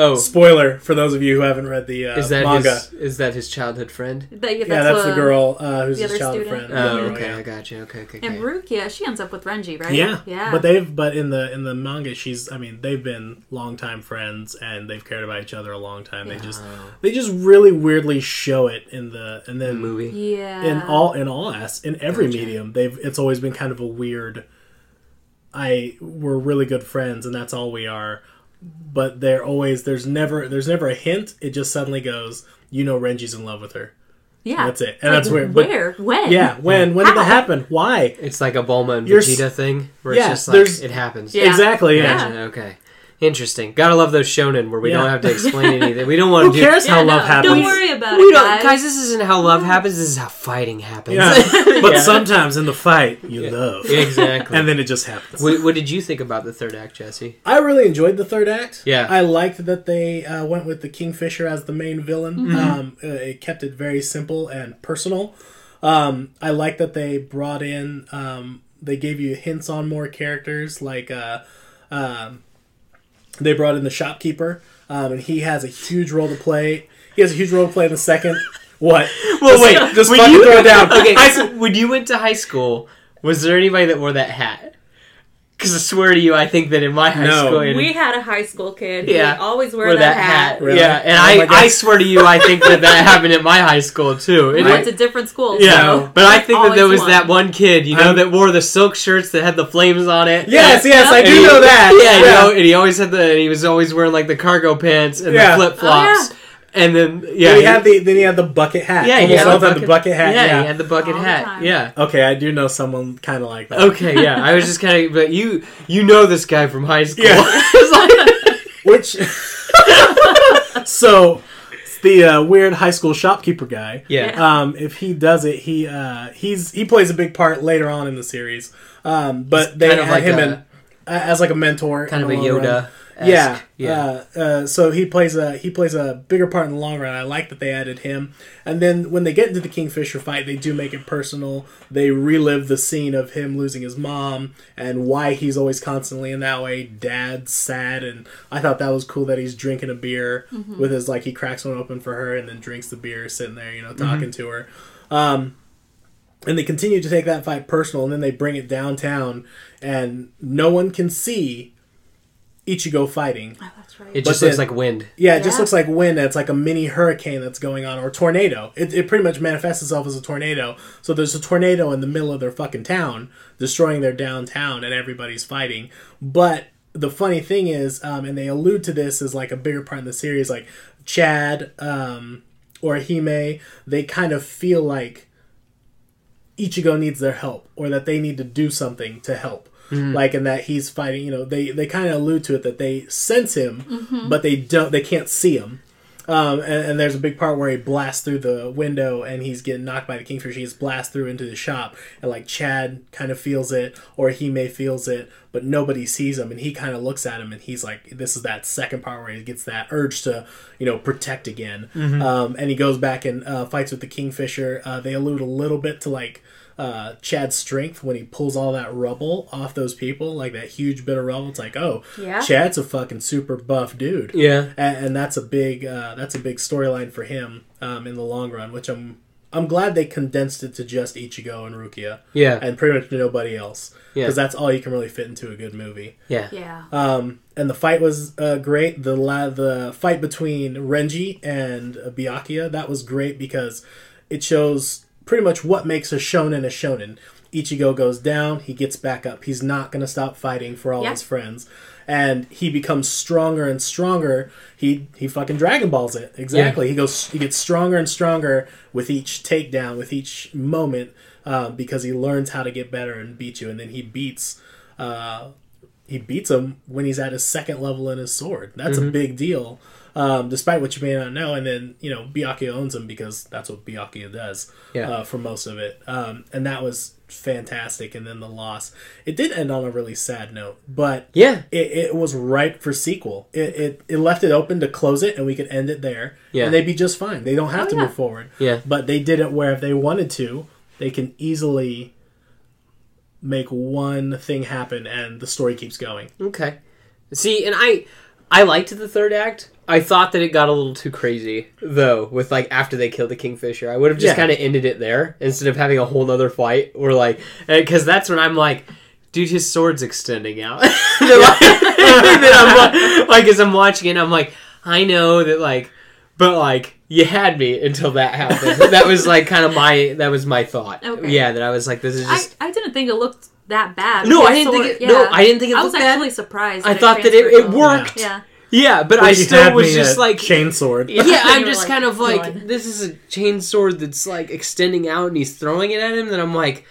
Speaker 3: Oh,
Speaker 2: Spoiler for those of you who haven't read the uh,
Speaker 3: is that
Speaker 2: manga.
Speaker 3: his? Is that his childhood friend?
Speaker 4: That,
Speaker 2: yeah, that's the
Speaker 4: what-
Speaker 2: girl uh, who's
Speaker 4: the
Speaker 2: his
Speaker 4: other
Speaker 2: child
Speaker 4: student.
Speaker 2: friend.
Speaker 3: Oh,
Speaker 2: Yeah,
Speaker 3: okay,
Speaker 2: yeah.
Speaker 3: I got you. Okay, okay,
Speaker 4: And
Speaker 3: okay.
Speaker 4: Rukia, she ends up with Renji, right?
Speaker 2: Yeah,
Speaker 4: yeah.
Speaker 2: But they've but in the in the manga, she's I mean they've been longtime friends and they've cared about each other a long time. They
Speaker 4: Yeah.
Speaker 2: just they just really weirdly show it in the and
Speaker 3: Oh. The
Speaker 2: then
Speaker 3: movie.
Speaker 4: yeah.
Speaker 2: in all in all as in every
Speaker 3: Gotcha.
Speaker 2: medium they've it's always been kind of a weird. I we're really good friends and that's all we are, but they're always there's never there's never a hint. It just suddenly goes. You know, Renji's in love with her.
Speaker 4: yeah,
Speaker 2: that's it. And
Speaker 4: Like,
Speaker 2: that's weird, but-
Speaker 4: Where? when?
Speaker 2: Yeah, when when did that
Speaker 4: How?
Speaker 2: happen? Why?
Speaker 3: It's like a Bulma and
Speaker 2: You're
Speaker 3: Vegeta
Speaker 2: s-
Speaker 3: thing, where
Speaker 2: Yeah,
Speaker 3: it's just like
Speaker 2: there's-
Speaker 3: it happens.
Speaker 4: Yeah.
Speaker 2: Exactly. Yeah.
Speaker 4: Yeah.
Speaker 3: Gotcha, Okay. Interesting. Gotta love those shonen where we
Speaker 2: Yeah.
Speaker 3: don't have to explain anything. We don't want
Speaker 2: Who
Speaker 3: to.
Speaker 2: cares
Speaker 4: Yeah,
Speaker 2: how
Speaker 4: no,
Speaker 2: love happens?
Speaker 4: Don't worry about
Speaker 3: we
Speaker 4: it,
Speaker 3: don't,
Speaker 4: Uh, guys.
Speaker 3: guys. This isn't how love happens. This is how fighting happens.
Speaker 2: Yeah. but sometimes in the fight, you love.
Speaker 3: exactly.
Speaker 2: And then it just happens.
Speaker 3: what, what did you think about the third act, Jesse?
Speaker 2: I really enjoyed the third act.
Speaker 3: Yeah.
Speaker 2: I liked that they uh, went with the Kingfisher as the main villain. Um, uh, it kept it very simple and personal. Um, I like that they brought in, um, they gave you hints on more characters. Like, uh, um, they brought in the shopkeeper, um, and he has a huge role to play. He has a huge role to play in the second. What? Well,
Speaker 3: wait,
Speaker 2: Just
Speaker 3: when
Speaker 2: fucking
Speaker 3: you-
Speaker 2: throw it down.
Speaker 3: Okay, when you went to high school, was there anybody that wore that hat? Because I swear to you, I think that in my high
Speaker 2: No.
Speaker 3: school, it-
Speaker 4: We had a high school kid.
Speaker 3: Yeah.
Speaker 4: He always
Speaker 3: wore
Speaker 4: wore that, hat.
Speaker 2: Really?
Speaker 3: Yeah, and
Speaker 2: Oh my God.
Speaker 3: I, I swear to you, I think that that happened at my high school too. It-
Speaker 4: We went to different schools.
Speaker 3: yeah,
Speaker 4: so
Speaker 3: but I
Speaker 4: it's
Speaker 3: think that there
Speaker 4: always
Speaker 3: was that one kid, you know,
Speaker 2: I'm-
Speaker 3: that wore the silk shirts that had the flames on it.
Speaker 2: Um, Yes,
Speaker 3: And-
Speaker 2: yes, I
Speaker 4: And
Speaker 2: do
Speaker 3: he-
Speaker 2: know that.
Speaker 3: Yeah, you know, and he always had the. and He was always wearing like the cargo pants and
Speaker 2: Yeah.
Speaker 3: the flip flops,
Speaker 4: Oh,
Speaker 3: and then yeah,
Speaker 2: Then he
Speaker 3: he-
Speaker 2: had the then he had the bucket hat.
Speaker 3: yeah, he
Speaker 2: Almost
Speaker 3: had
Speaker 2: all the bucket hat.
Speaker 3: Yeah,
Speaker 2: Yeah.
Speaker 3: he had the bucket
Speaker 4: All the
Speaker 3: hat.
Speaker 4: time.
Speaker 3: yeah.
Speaker 2: Okay, I do know someone kind of like that.
Speaker 3: Okay, yeah. I was just kind of, but you you know this guy from high school.
Speaker 2: Yeah.
Speaker 3: It's like-
Speaker 2: Which so it's the uh, weird high school shopkeeper guy.
Speaker 3: yeah.
Speaker 2: Um, if he does it, he uh, he's he plays a big part later on in the series. Um, but they
Speaker 3: kind of
Speaker 2: had
Speaker 3: like
Speaker 2: him
Speaker 3: a-
Speaker 2: in, uh, as like a mentor,
Speaker 3: kind of
Speaker 2: in
Speaker 3: a
Speaker 2: the long run.
Speaker 3: Yoda.
Speaker 2: Yeah,
Speaker 3: Yeah.
Speaker 2: Uh, uh, so he plays a he plays a bigger part in the long run. I like that they added him. And then when they get into the Kingfisher fight, they do make it personal. They relive the scene of him losing his mom and why he's always constantly in that way. Dad's sad, and I thought that was cool that he's drinking a beer with his like he cracks one open for her and then drinks the beer, sitting there, you know, talking to her. Um, and they continue to take that fight personal, and then they bring it downtown, and no one can see Ichigo fighting.
Speaker 4: Oh, that's right.
Speaker 3: It just
Speaker 2: But
Speaker 3: looks
Speaker 2: then-
Speaker 3: like wind.
Speaker 2: Yeah, it just
Speaker 4: Yeah.
Speaker 2: looks like wind. That's like a mini hurricane that's going on, or tornado. It, it pretty much manifests itself as a tornado. So there's a tornado in the middle of their fucking town, destroying their downtown, and everybody's fighting. But the funny thing is, um, and they allude to this as like a bigger part in the series, like Chad um, or Hime, they kind of feel like Ichigo needs their help or that they need to do something to help. Like and that he's fighting, you know, they they kind of allude to it that they sense him, but they don't they can't see him. Um, and, and there's a big part where he blasts through the window and he's getting knocked by the kingfisher. He's blasts through into the shop and like Chad kind of feels it or he may feels it, but nobody sees him and he kind of looks at him and he's like, this is that second part where he gets that urge to you know protect again. Um, and he goes back and uh, fights with the kingfisher. Uh, they allude a little bit to like uh, Chad's strength when he pulls all that rubble off those people, like that huge bit of rubble. It's like, oh,
Speaker 4: Yeah.
Speaker 2: Chad's a fucking super buff dude
Speaker 3: Yeah.
Speaker 2: and, and that's a big uh, that's a big storyline for him um, in the long run. Which I'm I'm glad they condensed it to just Ichigo and Rukia
Speaker 3: Yeah.
Speaker 2: and pretty much nobody else
Speaker 3: Yeah.
Speaker 2: because that's all you can really fit into a good movie.
Speaker 3: yeah.
Speaker 4: yeah.
Speaker 2: Um, and the fight was uh, great. The la- the fight between Renji and Byakuya that was great because it shows pretty much what makes a shonen a shonen. Ichigo goes down, he gets back up. He's not going to stop fighting for all
Speaker 4: Yeah.
Speaker 2: his friends, and he becomes stronger and stronger. He he fucking Dragon Balls it exactly. He goes he gets stronger and stronger with each takedown, with each moment, uh, because he learns how to get better and beat you, and then he beats. Uh, he beats him when he's at his second level in his sword. That's a big deal. um, despite what you may not know. And then you know Byakuya owns him because that's what Byakuya does
Speaker 3: Yeah.
Speaker 2: uh, for most of it. Um, and that was fantastic. And then the loss, it did end on a really sad note, but
Speaker 3: Yeah.
Speaker 2: it, it was ripe for sequel. It, it it left it open to close it, and we could end it there.
Speaker 3: Yeah.
Speaker 2: and they'd be just fine. They don't have to
Speaker 4: yeah.
Speaker 2: move forward.
Speaker 3: Yeah.
Speaker 2: but they did it where if they wanted to, they can easily make one thing happen, and the story keeps going.
Speaker 3: Okay. See, and I I liked the third act. I thought that it got a little too crazy though, with like after they killed the kingfisher. I would have just
Speaker 2: Yeah.
Speaker 3: kind of ended it there instead of having a whole nother fight or like because that's when I'm like. Dude, his sword's extending out. They're like, then I'm like, like, as I'm watching it, I'm like, I know that, like, but like, you had me until that happened. that was like kind of my, that was my thought.
Speaker 4: Okay.
Speaker 3: Yeah, that I was like, this is
Speaker 4: I,
Speaker 3: just.
Speaker 4: I didn't think it looked that bad.
Speaker 3: no, I
Speaker 4: His
Speaker 3: didn't think
Speaker 4: sword-
Speaker 3: it. No,
Speaker 4: yeah.
Speaker 3: I didn't think it
Speaker 4: I
Speaker 3: looked
Speaker 4: was
Speaker 3: bad.
Speaker 4: actually surprised.
Speaker 3: I thought that it, it
Speaker 4: transferred well.
Speaker 3: worked.
Speaker 4: Yeah.
Speaker 3: Yeah, but I
Speaker 2: You had
Speaker 3: still was
Speaker 2: me
Speaker 3: just
Speaker 2: at
Speaker 3: like,
Speaker 2: chainsword.
Speaker 3: yeah, I'm
Speaker 4: You were
Speaker 3: just
Speaker 4: like,
Speaker 3: kind of like,
Speaker 4: "Fine."
Speaker 3: this is a chainsword that's like extending out, and he's throwing it at him. Then I'm like,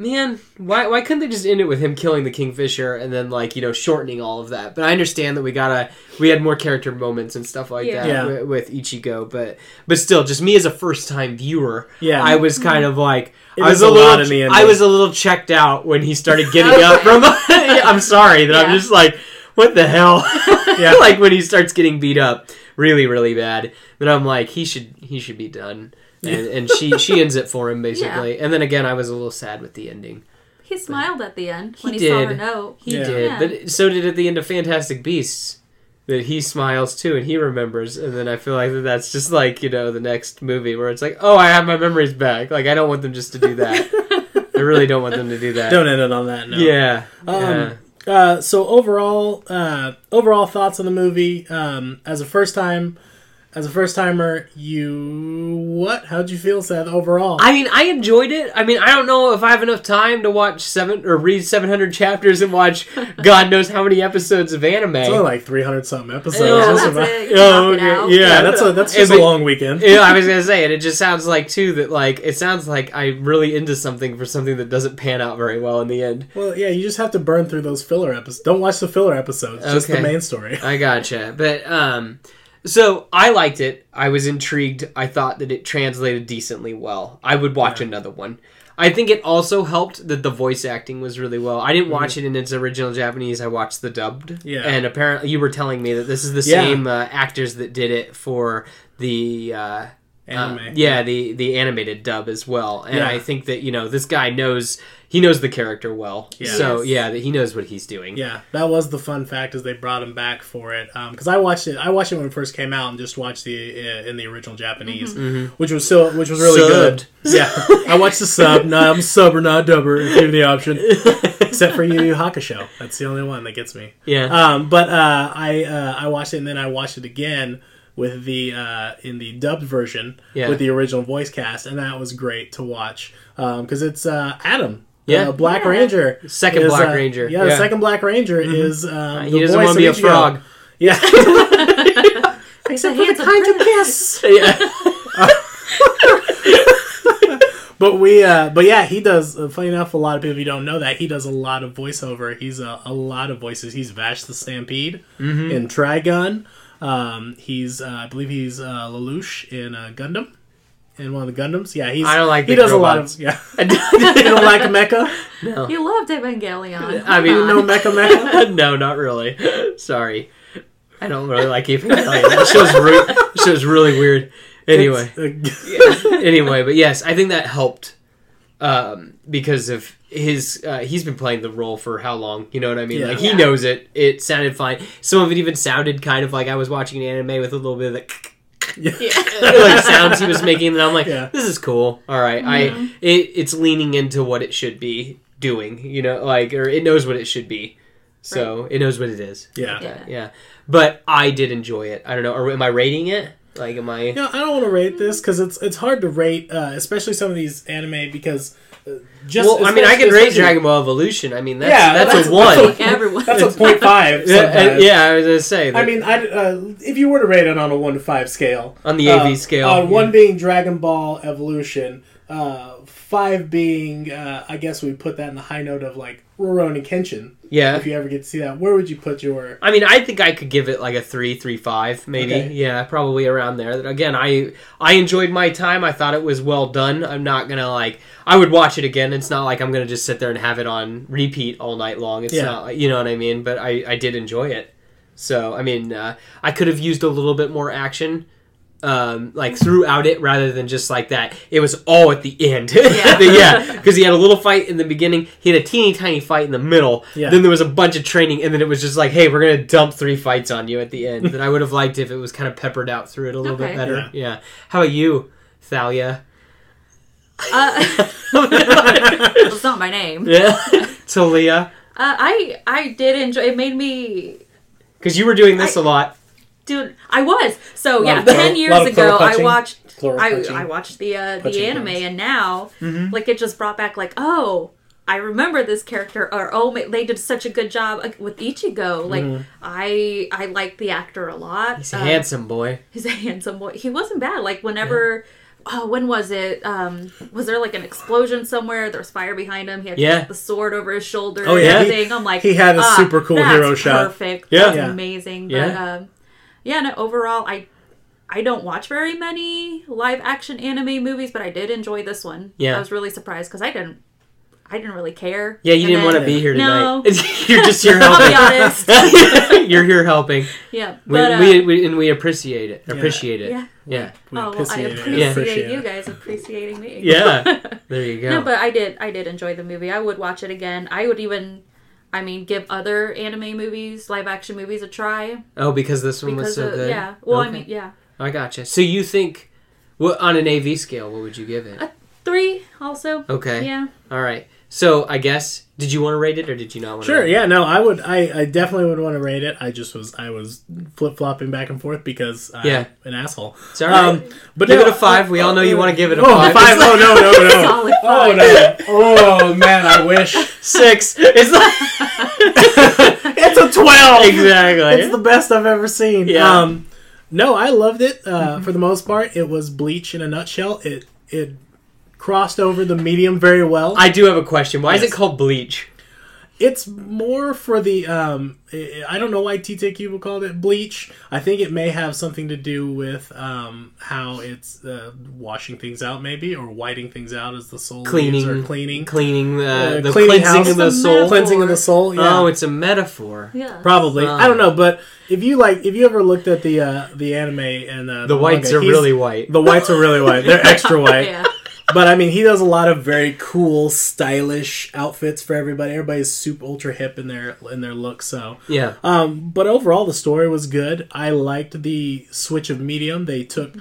Speaker 3: man, why why couldn't they just end it with him killing the kingfisher and then like you know shortening all of that? But I understand that we gotta we had more character moments and stuff like
Speaker 4: Yeah.
Speaker 3: that
Speaker 2: Yeah.
Speaker 3: wi- With, Ichigo, but but still, just me as a first time viewer,
Speaker 2: Yeah.
Speaker 3: I was kind of like.
Speaker 2: It
Speaker 3: I
Speaker 2: is
Speaker 3: was a
Speaker 2: a lot
Speaker 3: little,
Speaker 2: in the ending.
Speaker 3: I was a little checked out when he started getting up from. Yeah, I'm sorry that I'm
Speaker 4: Yeah.
Speaker 3: just like, what the hell?
Speaker 2: Yeah.
Speaker 3: like when he starts getting beat up really, really bad. Then I'm like, he should, he should be done. And, and she, she ends it for him basically. And then again, I was a little sad with the ending.
Speaker 4: He smiled at the end when
Speaker 3: He
Speaker 4: he, saw her
Speaker 3: did.
Speaker 4: note.
Speaker 3: He
Speaker 2: Yeah.
Speaker 3: did,
Speaker 4: Yeah.
Speaker 3: but so did at the end of Fantastic Beasts. That he smiles too, and he remembers, and then I feel like that that's just like you know the next movie where it's like, oh, I have my memories back. Like I don't want them just to do that. I really don't want them to do that.
Speaker 2: Don't end it on that note.
Speaker 3: Yeah.
Speaker 2: Um,
Speaker 3: yeah.
Speaker 2: Uh, so overall, uh, overall thoughts on the movie. Um, as a first time, as a first timer, you what? How'd you feel, Seth? Overall,
Speaker 3: I mean, I enjoyed it. I mean, I don't know if I have enough time to watch seven or read seven hundred chapters and watch God knows how many episodes of anime.
Speaker 2: it's only like three hundred something episodes.
Speaker 3: Yeah,
Speaker 2: That's
Speaker 4: that's
Speaker 2: about-
Speaker 4: it. You
Speaker 3: Oh,
Speaker 4: knock it
Speaker 3: okay.
Speaker 4: out.
Speaker 2: yeah,
Speaker 3: Yeah.
Speaker 2: that's a that's
Speaker 3: It
Speaker 2: just a
Speaker 3: ma-
Speaker 2: long weekend.
Speaker 3: yeah, I was gonna say, and it just sounds like too that like it sounds like I'm really into something for something that doesn't pan out very well in the end.
Speaker 2: well, yeah, you just have to burn through those filler episodes. Don't watch the filler episodes. Just the
Speaker 3: Okay.
Speaker 2: main story.
Speaker 3: I gotcha. But um so I liked it. I was intrigued. I thought that it translated decently well. I would watch another one. I think it also helped that the voice acting was really well. I didn't watch it in its original Japanese. I watched the dubbed.
Speaker 2: Mhm. Yeah.
Speaker 3: And apparently you were telling me that this is the
Speaker 2: Yeah.
Speaker 3: same uh, actors that did it for the uh
Speaker 2: Anime.
Speaker 3: uh, yeah, the the animated dub as well. And
Speaker 2: Yeah.
Speaker 3: I think that, you know, this guy knows he knows the character well.
Speaker 2: Yeah.
Speaker 3: So
Speaker 4: Yes.
Speaker 3: yeah, that he knows what he's doing.
Speaker 2: Yeah, that was the fun fact is they brought him back for it because I watched it. I watched it when it first came out and just watched the uh, in the original Japanese, which was so which was really
Speaker 3: Mm-hmm. Subbed.
Speaker 2: good. Yeah, I watched the sub. No, I'm sub or not dubber. if Given the option, except for Yu Yu Hakusho. That's the only one that gets me.
Speaker 3: Yeah.
Speaker 2: Um, but uh, I uh, I watched it and then I watched it again with the uh, in the dubbed version
Speaker 3: Yeah.
Speaker 2: with the original voice cast and that was great to watch because it's uh, Adam.
Speaker 3: Yeah.
Speaker 2: uh, Black
Speaker 4: Yeah.
Speaker 2: Ranger.
Speaker 3: Second
Speaker 2: is,
Speaker 3: Black
Speaker 2: uh,
Speaker 3: Ranger.
Speaker 2: Yeah, the second Black Ranger is. Um,
Speaker 3: Uh, He
Speaker 2: the
Speaker 3: doesn't
Speaker 2: voice
Speaker 3: want to be a
Speaker 2: of Ichigo.
Speaker 3: frog.
Speaker 2: Yeah.
Speaker 4: Except for the kind of
Speaker 2: yes.
Speaker 3: yeah.
Speaker 2: But we, uh, but yeah, he does. Uh, funny enough, a lot of people who don't know that he does a lot of voiceover. He's a, a lot of voices. He's Vash the Stampede
Speaker 3: Mm-hmm.
Speaker 2: in Trigun. Um, he's, uh, I believe, he's uh, Lelouch in uh, Gundam, in one of the Gundams. Yeah, he's.
Speaker 3: I don't like
Speaker 2: He
Speaker 3: big
Speaker 2: does
Speaker 3: robots.
Speaker 2: a lot of. Yeah. you don't like mecha?
Speaker 4: You loved Evangelion.
Speaker 3: I mean,
Speaker 2: No mecha mecha.
Speaker 3: no, not really. Sorry. I don't really like Evangelion. That show's, re- that show's really weird. Anyway,
Speaker 2: It's, uh,
Speaker 3: anyway, but yes, I think that helped um, because of his. Uh, he's been playing the role for how long? You know what I mean?
Speaker 2: Yeah.
Speaker 3: Like he
Speaker 4: Yeah.
Speaker 3: knows it. It sounded fine. Some of it even sounded kind of like I was watching an anime with a little bit of the. like sounds he was making, and I'm like,
Speaker 2: Yeah.
Speaker 3: this is cool. All right, I it, it's leaning into what it should be doing, you know, like or it knows what it should be, so it knows what it is.
Speaker 2: yeah.
Speaker 4: Yeah.
Speaker 3: Yeah, but I did enjoy it. I don't know, or am I rating it? Like, am I?
Speaker 2: You know, I don't want to rate this because it's it's hard to rate, uh, especially some of these anime because uh, just.
Speaker 3: Well, I mean, I can rate
Speaker 2: especially-
Speaker 3: Dragon Ball Evolution. I mean, that's
Speaker 2: Yeah, that's-
Speaker 3: that's, a one.
Speaker 2: that's
Speaker 4: Everyone.
Speaker 2: That's a point five.
Speaker 3: Yeah, uh,
Speaker 2: sometimes.
Speaker 3: yeah, I was gonna say. That,
Speaker 2: I mean, I uh, if you were to rate it on a one to five scale, uh,
Speaker 3: On the AV scale,
Speaker 2: on
Speaker 3: yeah.
Speaker 2: one being Dragon Ball Evolution, uh, Five being, uh, I guess we put that in the high note of like Rurouni Kenshin.
Speaker 3: Yeah.
Speaker 2: If you ever get to see that, where would you put your?
Speaker 3: I mean, I think I could give it like a three, three, five, maybe.
Speaker 2: Okay.
Speaker 3: Yeah, probably around there. Again, I I enjoyed my time. I thought it was well done. I'm not gonna like. I would watch it again. It's not like I'm gonna just sit there and have it on repeat all night long. It's
Speaker 2: Yeah.
Speaker 3: not like you know what I mean. But I I did enjoy it. So I mean, uh, I could have used a little bit more action. Um, like throughout it, rather than just like that, it was all at the end.
Speaker 4: Yeah.
Speaker 3: yeah, because he had a little fight in the beginning, he had a teeny tiny fight in the middle,
Speaker 2: Yeah.
Speaker 3: then there was a bunch of training, and then it was just like, hey, we're gonna dump three fights on you at the end. that I would have liked if it was kind of peppered out through it a little
Speaker 4: Okay.
Speaker 3: bit better. Yeah. How about you, Thalia?
Speaker 4: Uh,
Speaker 3: yeah.
Speaker 4: it's not my name. Uh,
Speaker 3: Talia,
Speaker 4: I I did enjoy. It made me
Speaker 3: because you were doing this a lot.
Speaker 4: do. I was so
Speaker 2: Lot
Speaker 4: yeah.
Speaker 2: of throat-
Speaker 4: Ten years
Speaker 2: lot of
Speaker 4: ago,
Speaker 2: throat
Speaker 4: I
Speaker 2: punching.
Speaker 4: watched
Speaker 2: Plural
Speaker 4: I,
Speaker 2: punching.
Speaker 4: I watched the uh,
Speaker 2: Punching
Speaker 4: the anime,
Speaker 2: cards.
Speaker 4: and now like it just brought back like oh. I remember this character, or oh, ma- they did such a good job like, with Ichigo. Like, I I like the actor a lot.
Speaker 3: He's a
Speaker 4: Um,
Speaker 3: handsome boy.
Speaker 4: he's a handsome boy. He wasn't bad. Like whenever, oh, when was it? Um, was there like an explosion somewhere? There was fire behind him. He had
Speaker 3: Yeah.
Speaker 4: the sword over his shoulder.
Speaker 3: Oh,
Speaker 4: and
Speaker 3: yeah.
Speaker 4: everything. I'm like,
Speaker 2: He had a
Speaker 4: ah,
Speaker 2: super cool
Speaker 4: that's
Speaker 2: hero shot.
Speaker 4: Perfect.
Speaker 3: Yeah.
Speaker 4: that's
Speaker 2: Yeah.
Speaker 4: amazing.
Speaker 3: Yeah.
Speaker 4: But um, yeah, no. Overall, I I don't watch very many live action anime movies, but I did enjoy this one.
Speaker 3: Yeah.
Speaker 4: I was really surprised because I didn't I didn't really care.
Speaker 3: Yeah, you
Speaker 4: And
Speaker 3: didn't want to
Speaker 4: then-
Speaker 3: be here tonight.
Speaker 4: No.
Speaker 3: You're just here
Speaker 4: I'll be
Speaker 3: helping.
Speaker 4: honest.
Speaker 3: You're here helping.
Speaker 4: Yeah, but
Speaker 3: We,
Speaker 4: uh,
Speaker 3: we, we, and we appreciate it. Appreciate it.
Speaker 4: yeah.
Speaker 3: Yeah.
Speaker 2: We
Speaker 4: oh, well, I
Speaker 2: appreciate it.
Speaker 4: appreciate
Speaker 2: Appreciate
Speaker 4: you
Speaker 2: it.
Speaker 4: guys appreciating me.
Speaker 3: Yeah. There you go.
Speaker 4: No, but I did. I did enjoy the movie. I would watch it again. I would even, I mean, give other anime movies, live action movies, a try
Speaker 3: oh, because this one was
Speaker 4: because
Speaker 3: so
Speaker 4: of,
Speaker 3: good.
Speaker 4: yeah. Well, I
Speaker 3: Okay.
Speaker 4: mean, yeah,
Speaker 3: I gotcha. So you think, what on an AV scale, what would you give it?
Speaker 4: Uh, three also.
Speaker 3: Okay.
Speaker 4: Yeah,
Speaker 3: All right. So I guess did you want to rate it or did you not want to?
Speaker 2: Sure. Yeah. No. I would. I, I definitely would want to rate it. I just was. I was flip flopping back and forth because I'm
Speaker 3: Yeah.
Speaker 2: an asshole. Um,
Speaker 3: It's all right.
Speaker 2: but
Speaker 3: give
Speaker 2: no,
Speaker 3: it a five. We all know you want to give it a
Speaker 2: oh,
Speaker 3: five.
Speaker 2: five. Oh no no no.
Speaker 4: solid
Speaker 2: Oh
Speaker 4: five.
Speaker 2: no. Oh man. I wish.
Speaker 3: Six. It's like
Speaker 2: It's a twelve.
Speaker 3: exactly.
Speaker 2: It's the best I've ever seen.
Speaker 3: Yeah.
Speaker 2: Um, no, I loved it uh, for the most part. It was Bleach in a nutshell. It it crossed over the medium very well.
Speaker 3: I do have a question. Why is
Speaker 2: Yes.
Speaker 3: it called bleach?
Speaker 2: It's more for the um. I I don't know why TTQ called it bleach. I think it may have something to do with um how it's uh, washing things out, maybe, or whiting things out as the soul leaves,
Speaker 3: Cleaning.
Speaker 2: or cleaning,
Speaker 3: Cleaning. Uh,
Speaker 2: Uh,
Speaker 3: the
Speaker 2: cleaning
Speaker 3: cleansing
Speaker 2: house.
Speaker 3: of the
Speaker 4: It's a
Speaker 3: soul.
Speaker 4: metaphor.
Speaker 2: cleansing of the soul. Yeah.
Speaker 3: Oh, it's a metaphor.
Speaker 4: Yeah.
Speaker 2: Probably,
Speaker 3: Ah.
Speaker 2: I don't know, but if you like, if you ever looked at the uh, the anime and uh,
Speaker 3: The whites
Speaker 2: manga,
Speaker 3: are
Speaker 2: he's-
Speaker 3: really white.
Speaker 2: the whites are really white. They're extra white.
Speaker 4: Yeah.
Speaker 2: But I mean, he does a lot of very cool, stylish outfits for everybody. Everybody's super ultra hip in their in their look. So,
Speaker 3: yeah.
Speaker 2: um, but overall, the story was good. I liked the switch of medium. They took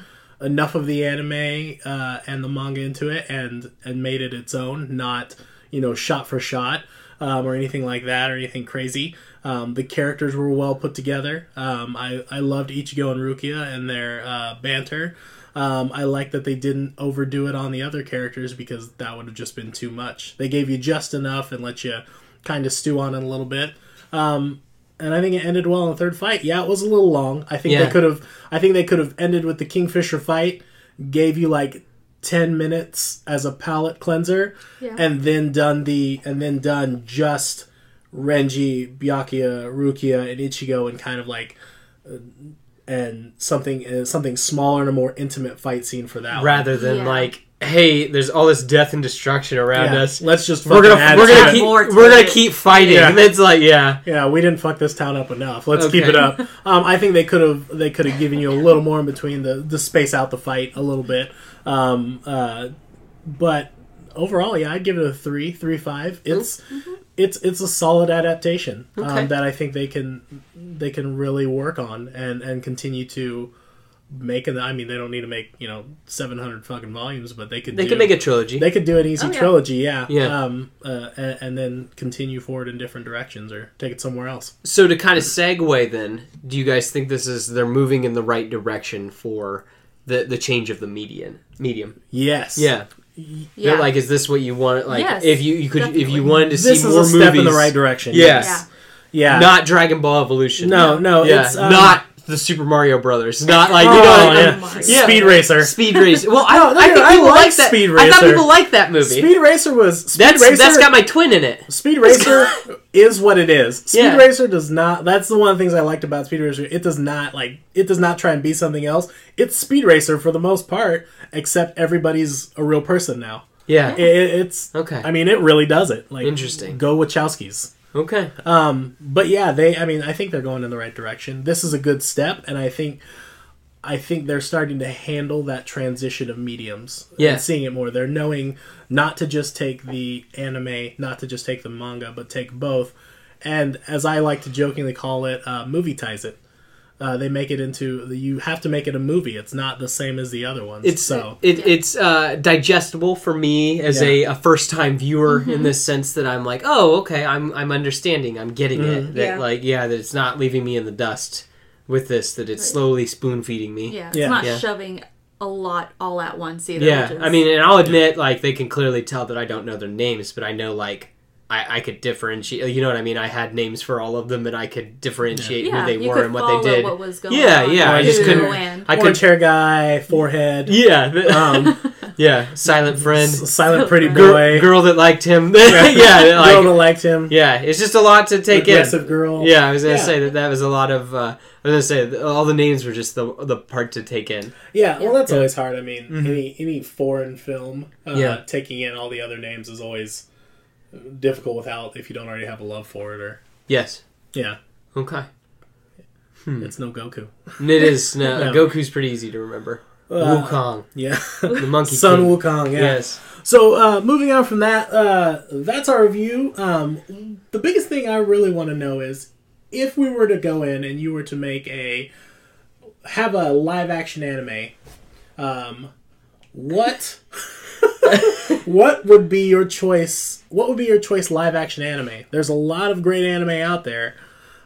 Speaker 2: enough of the anime uh, and the manga into it and and made it its own, not you know shot for shot um, or anything like that or anything crazy. Um, the characters were well put together. Um, I I loved Ichigo and Rukia and their uh, banter. Um, I like that they didn't overdo it on the other characters because that would have just been too much. They gave you just enough and let you kind of stew on it a little bit. Um, and I think it ended well in the third fight. Yeah, it was a little long. I think
Speaker 3: Yeah.
Speaker 2: they could have. I think they could have ended with the Kingfisher fight, gave you like ten minutes as a palate cleanser,
Speaker 4: Yeah.
Speaker 2: and then done the and then done just Renji, Byakuya, Rukia, and Ichigo, and kind of like. uh, And something uh, something smaller and a more intimate fight scene for that. one.
Speaker 3: Rather than
Speaker 4: Yeah.
Speaker 3: like, hey, there's all this death and destruction around
Speaker 2: yeah,
Speaker 3: us.
Speaker 2: let's just
Speaker 3: We're
Speaker 2: fucking
Speaker 3: gonna
Speaker 2: add
Speaker 3: we're
Speaker 2: to
Speaker 3: gonna
Speaker 2: it.
Speaker 3: keep
Speaker 4: More to
Speaker 3: we're gonna
Speaker 4: it.
Speaker 3: keep fighting.
Speaker 2: Yeah.
Speaker 3: And it's like yeah.
Speaker 2: Yeah, we didn't fuck this town up enough. Let's keep
Speaker 3: Okay.
Speaker 2: it up. Um, I think they could have they could have given you a little more in between the the space out the fight a little bit. Um, uh, but overall, yeah, I'd give it a three, three five. It's it's it's a solid adaptation
Speaker 3: mm-hmm. Okay.
Speaker 2: um, that I think they can they can really work on and and continue to make. And I mean, they don't need to make you know seven hundred fucking volumes, but they could
Speaker 3: They
Speaker 2: do,
Speaker 3: could make a trilogy.
Speaker 2: They could do an easy
Speaker 4: Oh, yeah.
Speaker 2: trilogy, yeah.
Speaker 3: Yeah.
Speaker 2: Um, uh, and, and then continue forward in different directions or take it somewhere else.
Speaker 3: So to kind of segue, then, do you guys think this is they're moving in the right direction for the the change of the median medium?
Speaker 2: Yes.
Speaker 3: Yeah,
Speaker 4: Yeah.
Speaker 3: They're like, is this what you want? Like,
Speaker 4: Yes,
Speaker 3: if you you could if
Speaker 4: definitely.
Speaker 3: you wanted to see
Speaker 2: This is
Speaker 3: more
Speaker 2: a step
Speaker 3: movies
Speaker 2: in the right direction.
Speaker 3: Yes,
Speaker 4: yeah.
Speaker 2: Yeah.
Speaker 3: not Dragon Ball Evolution.
Speaker 2: No, no,
Speaker 3: yeah,
Speaker 2: it's, um,
Speaker 3: not the Super Mario Brothers. Not like you know,
Speaker 2: Oh,
Speaker 3: like,
Speaker 2: yeah.
Speaker 3: um,
Speaker 2: Speed Racer.
Speaker 3: Speed Racer. Well, I,
Speaker 2: No, no,
Speaker 3: I
Speaker 2: no,
Speaker 3: think
Speaker 2: I
Speaker 3: people
Speaker 2: like
Speaker 3: like that.
Speaker 2: Speed
Speaker 3: I thought
Speaker 2: Racer.
Speaker 3: people like that movie.
Speaker 2: Speed Racer was Speed
Speaker 3: that's
Speaker 2: Racer.
Speaker 3: that's got my twin in it.
Speaker 2: Speed Racer is what it is. Speed
Speaker 3: Yeah.
Speaker 2: Racer does not. That's the one of the things I liked about Speed Racer. It does not like. It does not try and be something else. It's Speed Racer for the most part, except everybody's a real person now.
Speaker 3: Yeah.
Speaker 2: It, it- it's
Speaker 3: Okay.
Speaker 2: I mean, it really does it. Like
Speaker 3: Interesting.
Speaker 2: Go Wachowskis.
Speaker 3: Okay.
Speaker 2: Um, but yeah, they. I mean, I think they're going in the right direction. This is a good step, and I think, I think they're starting to handle that transition of mediums.
Speaker 3: Yeah.
Speaker 2: and seeing it more. They're knowing not to just take the anime, not to just take the manga, but take both. And as I like to jokingly call it, uh, movie ties it. Uh, they make it into you have to make it a movie. It's not the same as the other ones.
Speaker 3: It's
Speaker 2: so
Speaker 3: it, it's uh, digestible for me as a, a first time viewer
Speaker 4: Mm-hmm.
Speaker 3: in the sense that I'm like, oh, okay, I'm I'm understanding, I'm getting
Speaker 2: Mm-hmm.
Speaker 3: it. That
Speaker 4: Yeah.
Speaker 3: like, yeah, that it's not leaving me in the dust with this. That it's slowly spoon feeding me.
Speaker 4: Yeah,
Speaker 2: Yeah.
Speaker 4: it's not
Speaker 3: Yeah.
Speaker 4: shoving a lot all at once either.
Speaker 3: Yeah,
Speaker 4: which is-
Speaker 3: I mean, and I'll admit, like, they can clearly tell that I don't know their names, but I know, like, I, I could differentiate. You know what I mean? I had names for all of them, and I could differentiate
Speaker 4: Yeah,
Speaker 3: who they
Speaker 4: you
Speaker 3: were
Speaker 4: could
Speaker 3: and what they
Speaker 4: follow
Speaker 3: did.
Speaker 4: what was going
Speaker 3: yeah,
Speaker 4: on
Speaker 3: yeah. I
Speaker 2: and
Speaker 3: just
Speaker 2: who
Speaker 3: couldn't.
Speaker 4: and-
Speaker 3: I
Speaker 2: orange
Speaker 3: could.
Speaker 2: hair guy, forehead,
Speaker 3: Yeah, th-
Speaker 2: um,
Speaker 3: yeah. Silent friend,
Speaker 2: s- silent pretty
Speaker 3: girl,
Speaker 2: boy,
Speaker 3: girl that liked him. yeah,
Speaker 2: girl
Speaker 3: like,
Speaker 2: that liked him.
Speaker 3: yeah. It's just a lot to take
Speaker 2: aggressive
Speaker 3: in.
Speaker 2: girl.
Speaker 3: Yeah, I was gonna
Speaker 2: Yeah.
Speaker 3: say that that was a lot of. Uh, I was gonna say that all the names were just the the part to take in.
Speaker 2: yeah. Well, that's
Speaker 3: Yeah. Mm-hmm.
Speaker 2: always hard. I mean, any any foreign film, uh,
Speaker 3: Yeah.
Speaker 2: taking in all the other names is always difficult without if you don't already have a love for it or
Speaker 3: Yes.
Speaker 2: yeah,
Speaker 3: Okay. Hmm.
Speaker 2: it's no Goku.
Speaker 3: And it is no,
Speaker 2: No.
Speaker 3: Goku's pretty easy to remember. Wukong,
Speaker 2: Yeah,
Speaker 3: the Monkey
Speaker 2: Uh, Sun
Speaker 3: King.
Speaker 2: Wukong. Yeah.
Speaker 3: Yes.
Speaker 2: So uh, moving on from that, uh, that's our review. Um, the biggest thing I really want to know is if we were to go in and you were to make a have a live action anime, um, what what would be your choice? What would be your choice live action anime? There's a lot of great anime out there.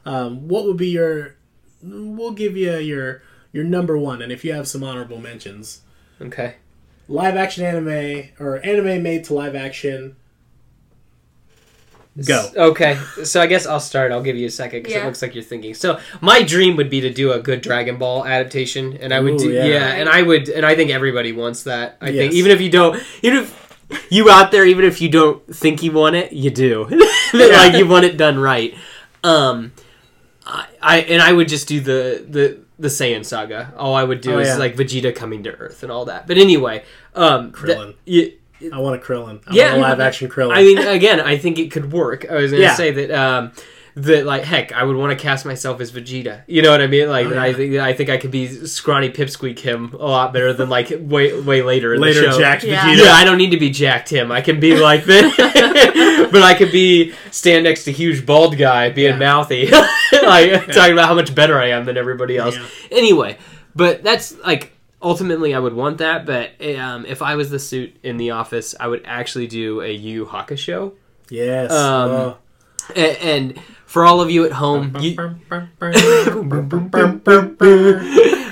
Speaker 2: Um, what would be your? We'll give you your your number one, and if you have some honorable mentions
Speaker 3: Okay.
Speaker 2: live action anime or anime made to live action. Go.
Speaker 3: S- Okay. So I guess I'll start. I'll give you a second because it
Speaker 4: Yeah.
Speaker 3: looks like you're thinking. So my dream would be to do a good Dragon Ball adaptation, and I would
Speaker 2: Ooh,
Speaker 3: do yeah.
Speaker 2: yeah.
Speaker 3: and I would, and I think everybody wants that. I
Speaker 2: Yes.
Speaker 3: think even if you don't, even if you out there, even if you don't think you want it, you do. like you want it done right. Um, I, I and I would just do the the the Saiyan saga. All I would do
Speaker 2: Oh,
Speaker 3: is
Speaker 2: yeah.
Speaker 3: like Vegeta coming to Earth and all that. But anyway, um, th-
Speaker 2: Krillin.
Speaker 3: y-
Speaker 2: I want a Krillin. I
Speaker 3: Yeah.
Speaker 2: want a live action Krillin.
Speaker 3: I mean, again, I think it could work. I was gonna
Speaker 2: Yeah.
Speaker 3: say that um, that like heck, I would want to cast myself as Vegeta. You know what I mean? Like
Speaker 2: Oh,
Speaker 3: that I think I think I could be scrawny pipsqueak him a lot better than like way way later in
Speaker 2: Later,
Speaker 3: the show.
Speaker 2: Jack
Speaker 4: Yeah.
Speaker 2: Vegeta.
Speaker 3: Yeah, I don't need to be jacked him. I can be like this, but I could be stand next to huge bald guy being
Speaker 2: Yeah.
Speaker 3: mouthy, like talking about how much better I am than everybody else.
Speaker 2: Yeah.
Speaker 3: Anyway, but that's like ultimately I would want that. But um, if I was the suit in the office, I would actually do a Yu Yu Hakusho.
Speaker 2: Yes.
Speaker 3: Um,
Speaker 2: Oh.
Speaker 3: A- And for all of you at home, you,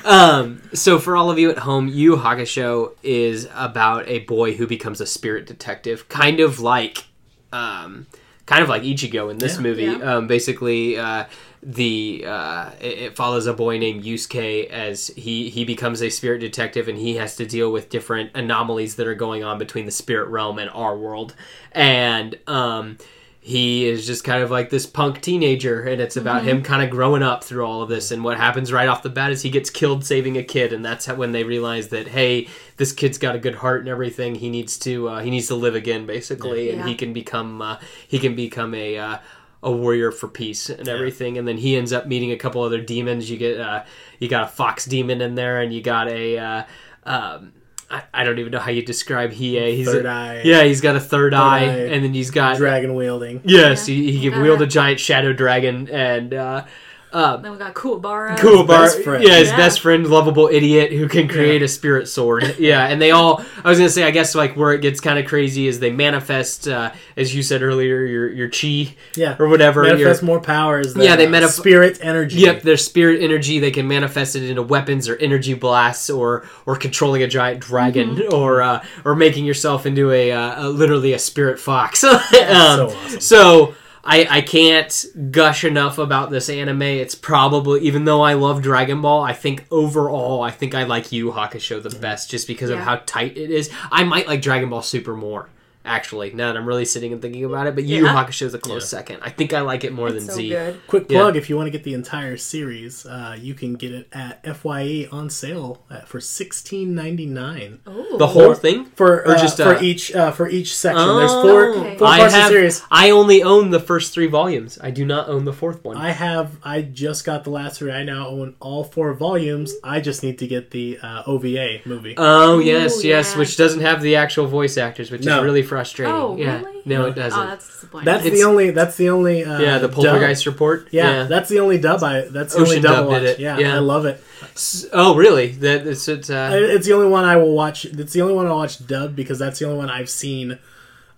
Speaker 3: um, so for all of you at home, Yu Yu Hakusho is about a boy who becomes a spirit detective, kind of like, um, kind of like Ichigo in this
Speaker 2: Yeah.
Speaker 3: movie.
Speaker 4: Yeah.
Speaker 3: Um, basically, uh, the uh, it, it follows a boy named Yusuke as he he becomes a spirit detective and he has to deal with different anomalies that are going on between the spirit realm and our world, and um, he is just kind of like this punk teenager and it's about him kind of growing up through all of this and what happens right off the bat is he gets killed saving a kid and that's how, when they realize that hey this kid's got a good heart and everything he needs to uh, he needs to live again basically and he
Speaker 4: Yeah.
Speaker 3: can become uh, he can become a uh, a warrior for peace and everything and then he ends up meeting a couple other demons you get uh, you got a fox demon in there and you got a uh, um, I, I don't even know how you describe he a he's
Speaker 2: Third
Speaker 3: a,
Speaker 2: eye.
Speaker 3: yeah he's got a third, eye,
Speaker 2: eye.
Speaker 3: and then he's got
Speaker 2: Dragon wielding.
Speaker 3: Yes, he, he can
Speaker 4: Yeah.
Speaker 3: wield a giant shadow dragon and uh, uh,
Speaker 4: then we got Kuwabara.
Speaker 3: Kuwabar.
Speaker 2: best friend.
Speaker 3: Yeah, his
Speaker 4: Yeah.
Speaker 3: best friend, lovable idiot who can create a spirit sword. Yeah, and they all. I was gonna say, I guess like where it gets kind of crazy is they manifest, uh, as you said earlier, your your chi
Speaker 2: Yeah.
Speaker 3: or whatever. your-
Speaker 2: Manifest more powers. Than,
Speaker 3: Yeah, they
Speaker 2: uh,
Speaker 3: metaf-
Speaker 2: spirit energy.
Speaker 3: Yep, their spirit energy they can manifest it into weapons or energy blasts or or controlling a giant dragon
Speaker 4: Mm-hmm.
Speaker 3: or uh, or making yourself into a, uh, a literally a spirit fox. um,
Speaker 2: so awesome.
Speaker 3: so I, I can't gush enough about this anime. It's probably even though I love Dragon Ball, I think overall I think I like Yu Hakusho the best just because of
Speaker 4: Yeah.
Speaker 3: how tight it is. I might like Dragon Ball Super more actually. Now that I'm really sitting and thinking about it, but Yu Yu
Speaker 4: Yeah.
Speaker 3: Hakusho is a close second. I think I like it more than
Speaker 4: so
Speaker 3: Z.
Speaker 4: good.
Speaker 2: Quick
Speaker 3: Yeah.
Speaker 2: plug: if you want to get the entire series, uh, you can get it at Fye on sale at, for sixteen ninety nine.
Speaker 4: Oh,
Speaker 3: The whole thing
Speaker 2: For
Speaker 3: Or
Speaker 2: uh,
Speaker 3: just, uh,
Speaker 2: for each uh, for each section, there's four,
Speaker 3: Oh.
Speaker 4: Okay.
Speaker 2: four
Speaker 3: I
Speaker 2: parts of
Speaker 3: have
Speaker 2: the series.
Speaker 3: I only own the first 3 volumes. I do not own the fourth one.
Speaker 2: I have. I just got the last three. I now own all four volumes. I just need to get the uh, OVA movie.
Speaker 3: Oh yes,
Speaker 4: Ooh,
Speaker 3: yes,
Speaker 4: yeah.
Speaker 3: which doesn't have the actual voice actors, which
Speaker 2: No.
Speaker 3: is really frustrating.
Speaker 4: Oh,
Speaker 3: yeah.
Speaker 4: really?
Speaker 3: No, it doesn't.
Speaker 4: Oh, that's disappointing.
Speaker 2: that's
Speaker 3: it's-
Speaker 2: the only. That's the only. Uh,
Speaker 3: yeah, the
Speaker 2: dub.
Speaker 3: poltergeist report.
Speaker 2: Yeah, that's the only dub. I. That's the only
Speaker 3: Ocean
Speaker 2: dub I
Speaker 3: dub
Speaker 2: watch.
Speaker 3: did it.
Speaker 2: Yeah,
Speaker 3: Yeah.
Speaker 2: I love it.
Speaker 3: S- oh, really? That it's, it's
Speaker 2: I-
Speaker 3: uh,
Speaker 2: It's the only one I will watch. It's the only one I watch dubbed because that's the only one I've seen.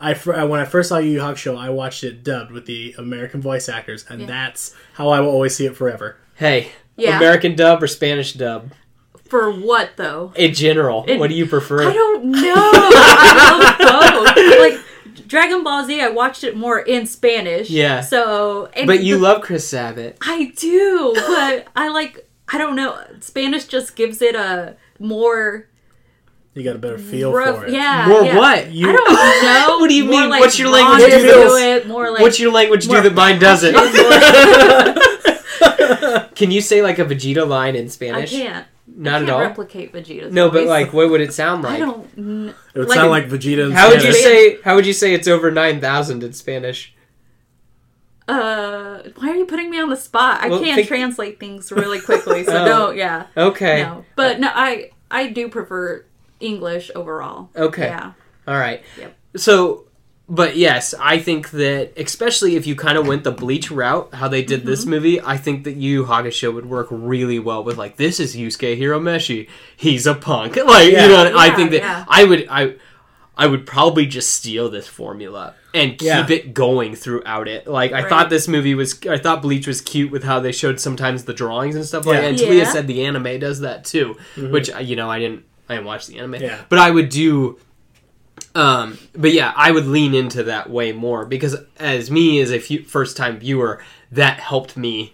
Speaker 2: I fir- uh, when I first saw Yu Yu Hakusho, I watched it dubbed with the American voice actors, and
Speaker 4: Yeah.
Speaker 2: that's how I will always see it forever.
Speaker 3: hey,
Speaker 4: Yeah.
Speaker 3: American dub or Spanish dub?
Speaker 4: For what though?
Speaker 3: In general,
Speaker 4: In-
Speaker 3: what do you prefer?
Speaker 4: I don't know. I love both. Like Dragon Ball Z, I watched it more in Spanish.
Speaker 3: Yeah.
Speaker 4: So, and
Speaker 3: but you
Speaker 4: the-
Speaker 3: love Chris Sabat.
Speaker 4: I do, but I like. I don't know. Spanish just gives it a more
Speaker 2: You got a better feel
Speaker 4: rough.
Speaker 2: for it.
Speaker 4: Yeah.
Speaker 3: More
Speaker 4: yeah.
Speaker 3: what? You-
Speaker 4: I don't know.
Speaker 3: What do you
Speaker 4: More
Speaker 3: mean?
Speaker 4: like
Speaker 3: What's your language
Speaker 4: rawness
Speaker 2: do
Speaker 4: to
Speaker 2: this?
Speaker 4: it, More like
Speaker 3: What's your language do that mine doesn't? Can you say like a Vegeta line in
Speaker 4: I
Speaker 3: Spanish?
Speaker 4: can't.
Speaker 3: Not
Speaker 4: can't
Speaker 3: at all.
Speaker 4: replicate Vegeta's.
Speaker 3: no, but
Speaker 4: voice.
Speaker 3: like, what would it sound
Speaker 4: I
Speaker 3: like?
Speaker 4: don't. kn-
Speaker 2: It would
Speaker 4: Like-
Speaker 2: sound like Vegeta. In
Speaker 3: How would you
Speaker 2: Spanish.
Speaker 3: say? How would you say it's over nine thousand in Spanish?
Speaker 4: Uh, why are you putting me on the spot? I
Speaker 3: Well,
Speaker 4: can't
Speaker 3: think-
Speaker 4: translate things really quickly, so
Speaker 3: Oh.
Speaker 4: don't. Yeah.
Speaker 3: Okay.
Speaker 4: No, but no, I I do prefer English overall.
Speaker 3: Okay.
Speaker 4: Yeah.
Speaker 3: All right.
Speaker 4: Yep.
Speaker 3: So, but yes, I think that especially if you kind of went the Bleach route, how they did
Speaker 4: Mm-hmm.
Speaker 3: this movie, I think that Yu Yu Hakusho would work really well with like this is Yusuke Hiromeshi. He's a punk. Like
Speaker 2: Yeah.
Speaker 3: you know, what I I
Speaker 4: Yeah,
Speaker 3: think that
Speaker 4: yeah.
Speaker 3: I would I. I would probably just steal this formula and keep
Speaker 2: Yeah.
Speaker 3: it going throughout it. Like I
Speaker 4: Right.
Speaker 3: thought this movie was, I thought Bleach was cute with how they showed sometimes the drawings and stuff like.
Speaker 2: Yeah.
Speaker 3: that. And Talia
Speaker 4: Yeah. Mm-hmm.
Speaker 3: said the anime does that too, which I- you know I didn't, I didn't watch the anime,
Speaker 2: Yeah.
Speaker 3: but I would do um, but yeah, I would lean into that way more because as me as a first time viewer, that helped me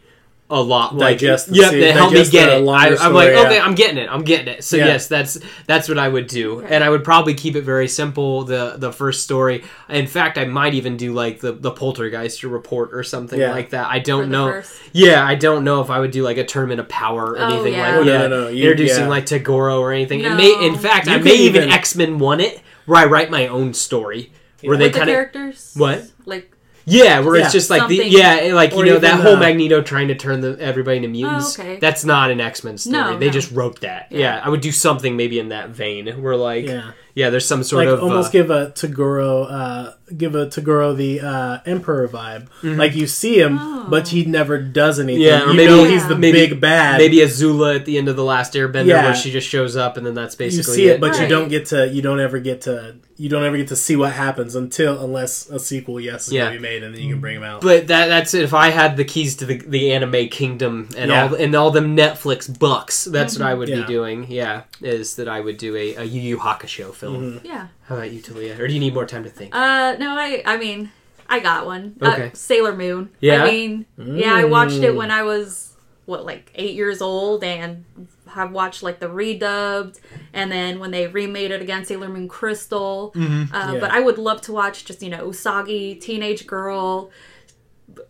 Speaker 3: a lot.
Speaker 2: Digest the
Speaker 3: yep,
Speaker 2: scene-
Speaker 3: that helped me
Speaker 2: digest
Speaker 3: get
Speaker 2: the
Speaker 3: it. I,
Speaker 2: longer
Speaker 3: I'm
Speaker 2: story,
Speaker 3: like,
Speaker 2: yeah.
Speaker 3: okay, I'm getting it. I'm getting it. So
Speaker 2: Yeah.
Speaker 3: yes, that's that's what I would do, and I would probably keep it very simple. The the first story. In fact, I might even do like the the poltergeist report or something
Speaker 2: Yeah.
Speaker 3: like that. I
Speaker 4: For
Speaker 3: don't
Speaker 4: the
Speaker 3: know.
Speaker 4: first.
Speaker 3: Yeah, I don't know if I would do like a tournament of power or
Speaker 4: Oh,
Speaker 3: anything
Speaker 4: yeah.
Speaker 3: like
Speaker 4: Oh,
Speaker 2: no,
Speaker 3: that.
Speaker 2: no, no. You-
Speaker 3: Introducing
Speaker 2: yeah.
Speaker 3: like Tagoro or anything. It may, in
Speaker 4: No.
Speaker 3: fact,
Speaker 2: You
Speaker 3: I
Speaker 2: could
Speaker 3: may even,
Speaker 2: even-
Speaker 3: X Men won it, where I write my own story, where they
Speaker 4: With the
Speaker 3: kind of
Speaker 4: characters.
Speaker 3: What?
Speaker 4: Like.
Speaker 3: yeah, where
Speaker 2: Yeah.
Speaker 3: it's just like
Speaker 4: Something.
Speaker 3: the yeah, like you
Speaker 2: Or
Speaker 3: know that
Speaker 2: even,
Speaker 3: whole
Speaker 2: uh,
Speaker 3: Magneto trying to turn the, everybody into mutants.
Speaker 4: Oh, okay.
Speaker 3: That's not an X Men story.
Speaker 4: No,
Speaker 3: they
Speaker 4: no.
Speaker 3: just wrote that.
Speaker 4: Yeah.
Speaker 3: Yeah. I would do something maybe in that vein, where like
Speaker 2: Yeah.
Speaker 3: yeah, there's some sort
Speaker 2: Like
Speaker 3: of
Speaker 2: almost
Speaker 3: uh,
Speaker 2: give a Tagoro, uh, give a Tagoro the uh, Emperor vibe. Like you see him, but
Speaker 4: Oh.
Speaker 2: he never does anything.
Speaker 3: Mm-hmm. Yeah, or
Speaker 2: you
Speaker 3: maybe-
Speaker 2: know he's the
Speaker 3: maybe-
Speaker 2: big bad.
Speaker 3: uh, maybe Azula at the end of the last Airbender,
Speaker 2: Yeah.
Speaker 3: where she just shows up and then that's basically
Speaker 2: you see it, but you
Speaker 4: Right.
Speaker 2: don't get to. You don't ever get to. You don't ever get to see what happens until unless a sequel, yes, is
Speaker 3: Yeah.
Speaker 2: gonna be made, and then you can bring him out.
Speaker 3: But that that's if I had the keys to the, the anime kingdom and
Speaker 2: Yeah.
Speaker 3: all and all them Netflix bucks, that's what I would
Speaker 2: Yeah.
Speaker 3: be doing. Yeah, is that I would do a, a Yu Yu Hakusho film.
Speaker 2: Mm-hmm.
Speaker 4: Yeah.
Speaker 3: How about you, Talia? Or do you need more time to think?
Speaker 4: Uh, no, I, I mean, I got one. Uh,
Speaker 3: Okay.
Speaker 4: Sailor Moon.
Speaker 3: Yeah?
Speaker 4: I mean, yeah, I watched it when I was, what, like eight years old and have watched like the redubbed and then when they remade it again, Sailor Moon Crystal. Uh,
Speaker 2: Yeah.
Speaker 4: But I would love to watch just, you know, Usagi, teenage girl,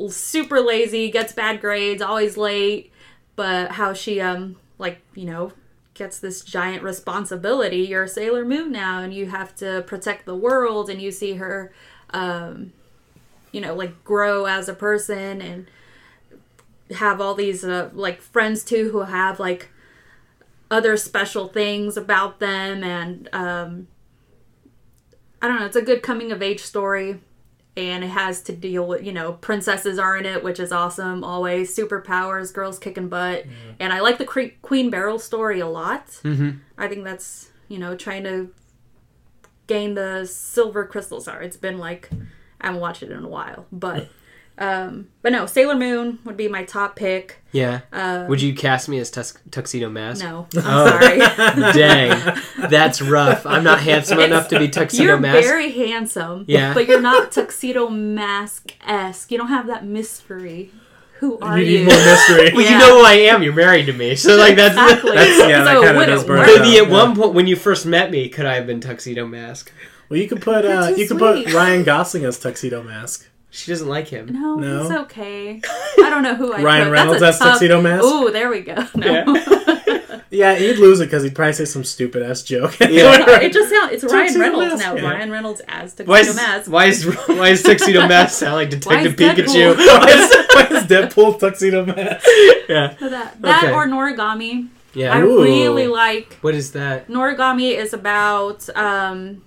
Speaker 4: super lazy, gets bad grades, always late, but how she, um, like, you know, gets this giant responsibility. You're a Sailor Moon now, and you have to protect the world. And you see her, um, you know, like grow as a person and have all these uh, like friends too who have like other special things about them. And um, I don't know, it's a good coming of age story. And it has to deal with, you know, princesses are in it, which is awesome. Always superpowers, girls kicking butt, and I like the cre- Queen Beryl story a lot. I think that's you know trying to gain the silver crystal star. It's been like I haven't watched it in a while, but Um, but no, Sailor Moon would be my top pick.
Speaker 3: Yeah.
Speaker 4: uh,
Speaker 3: Would you cast me as tux- Tuxedo Mask?
Speaker 4: No, I'm sorry.
Speaker 2: Oh.
Speaker 3: Dang, that's rough. I'm not handsome enough to be Tuxedo
Speaker 4: You're
Speaker 3: Mask.
Speaker 4: very handsome,
Speaker 3: Yeah.
Speaker 4: but you're not tuxedo mask esque. You don't have that mystery. Who are
Speaker 2: You
Speaker 4: you?
Speaker 2: need more mystery.
Speaker 3: Well,
Speaker 4: Yeah.
Speaker 3: you know who I am. You're married to me, so like that's.
Speaker 4: exactly.
Speaker 5: That's- yeah, that
Speaker 4: So
Speaker 5: kinda
Speaker 4: would
Speaker 5: does
Speaker 4: it
Speaker 5: burn
Speaker 4: work?
Speaker 5: it
Speaker 3: Maybe
Speaker 5: Yeah,
Speaker 3: at
Speaker 5: yeah.
Speaker 3: one point when you first met me, could I have been Tuxedo Mask?
Speaker 2: Well, you could put uh,
Speaker 4: You're too
Speaker 2: you could
Speaker 4: sweet.
Speaker 2: put Ryan Gosling as Tuxedo Mask.
Speaker 3: She doesn't like him.
Speaker 4: No,
Speaker 2: No.
Speaker 4: it's okay. I don't know who I.
Speaker 2: Ryan
Speaker 4: put.
Speaker 2: Reynolds
Speaker 4: That's
Speaker 2: as
Speaker 4: a tough...
Speaker 2: Tuxedo Mask?
Speaker 4: Ooh, there we go. No,
Speaker 2: Yeah, he'd lose it because he'd probably say some stupid ass joke.
Speaker 4: it just sounds. It's Ryan
Speaker 2: Tuxedo
Speaker 4: Reynolds
Speaker 2: Mask,
Speaker 4: now.
Speaker 2: yeah.
Speaker 4: Ryan Reynolds as
Speaker 3: Why
Speaker 4: tuxedo
Speaker 3: is,
Speaker 4: mask.
Speaker 3: why is why is Tuxedo Mask sound like Detective
Speaker 4: Why is
Speaker 3: Pikachu?
Speaker 4: Deadpool-
Speaker 2: Why is, why is Deadpool Tuxedo Mask?
Speaker 3: yeah.
Speaker 4: That, that
Speaker 3: Okay.
Speaker 4: or Norigami. I
Speaker 3: Yeah.
Speaker 2: Ooh.
Speaker 4: really like
Speaker 3: What is that?
Speaker 4: Norigami is about um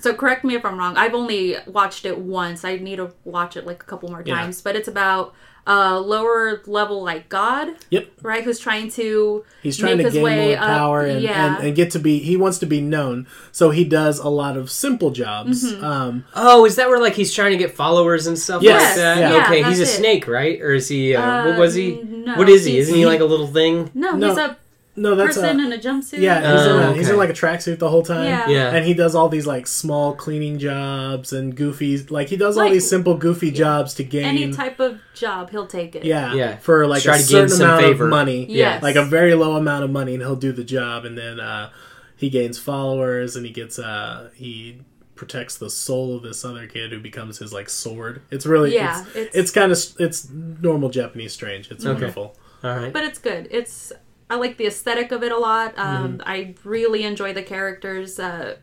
Speaker 4: so correct me if I'm wrong. I've only watched it once. I need to watch it like a couple more
Speaker 2: Yeah.
Speaker 4: times, but it's about a lower level like god,
Speaker 2: Yep.
Speaker 4: right? Who's trying to
Speaker 2: He's trying
Speaker 4: make
Speaker 2: to
Speaker 4: his
Speaker 2: gain
Speaker 4: way
Speaker 2: more
Speaker 4: up.
Speaker 2: power and,
Speaker 4: yeah.
Speaker 2: and, and get to be. He wants to be known, so he does a lot of simple jobs.
Speaker 4: Mm-hmm.
Speaker 2: Um,
Speaker 3: Oh, is that where like he's trying to get followers and stuff
Speaker 2: Yes.
Speaker 3: like that?
Speaker 2: Yeah.
Speaker 3: okay,
Speaker 4: Yeah,
Speaker 3: he's a
Speaker 4: that's it.
Speaker 3: snake, right? Or is he? Uh,
Speaker 4: Uh,
Speaker 3: what was he?
Speaker 4: no,
Speaker 3: what is he?
Speaker 4: he's-
Speaker 3: Isn't he like a little thing?
Speaker 4: no,
Speaker 2: No,
Speaker 4: he's a
Speaker 2: no, that's a,
Speaker 4: person in a jumpsuit.
Speaker 2: yeah. He's, in a,
Speaker 3: Oh,
Speaker 2: he's
Speaker 3: okay.
Speaker 2: in like a tracksuit the whole time.
Speaker 4: Yeah.
Speaker 3: Yeah.
Speaker 2: And he does all these like small cleaning jobs and goofy, like he does all
Speaker 4: Like-
Speaker 2: these simple goofy jobs to gain.
Speaker 4: Any type of job, he'll take it.
Speaker 2: yeah,
Speaker 3: Yeah.
Speaker 2: for like
Speaker 3: Try
Speaker 2: a
Speaker 3: to gain
Speaker 2: certain
Speaker 3: some
Speaker 2: amount
Speaker 3: favor.
Speaker 2: of money.
Speaker 4: Yes.
Speaker 2: like a very low amount of money and he'll do the job and then uh, he gains followers and he gets uh, he protects the soul of this other kid who becomes his like sword it's really
Speaker 4: Yeah,
Speaker 2: it's,
Speaker 4: it's-
Speaker 2: it's, kind of it's normal japanese strange it's wonderful
Speaker 3: All right.
Speaker 4: but it's good. It's I like the aesthetic of it a lot. Um,
Speaker 3: Mm-hmm.
Speaker 4: I really enjoy the characters. Uh,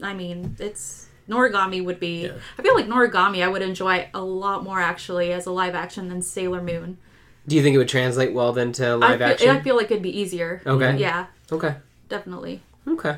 Speaker 4: I mean, it's Norigami would be. I feel like Norigami I would enjoy a lot more actually as a live action than Sailor Moon.
Speaker 3: Do you think it would translate well then to live
Speaker 4: I feel,
Speaker 3: action?
Speaker 4: I feel like it'd be easier.
Speaker 3: Okay.
Speaker 4: Yeah,
Speaker 3: okay.
Speaker 4: definitely.
Speaker 3: Okay.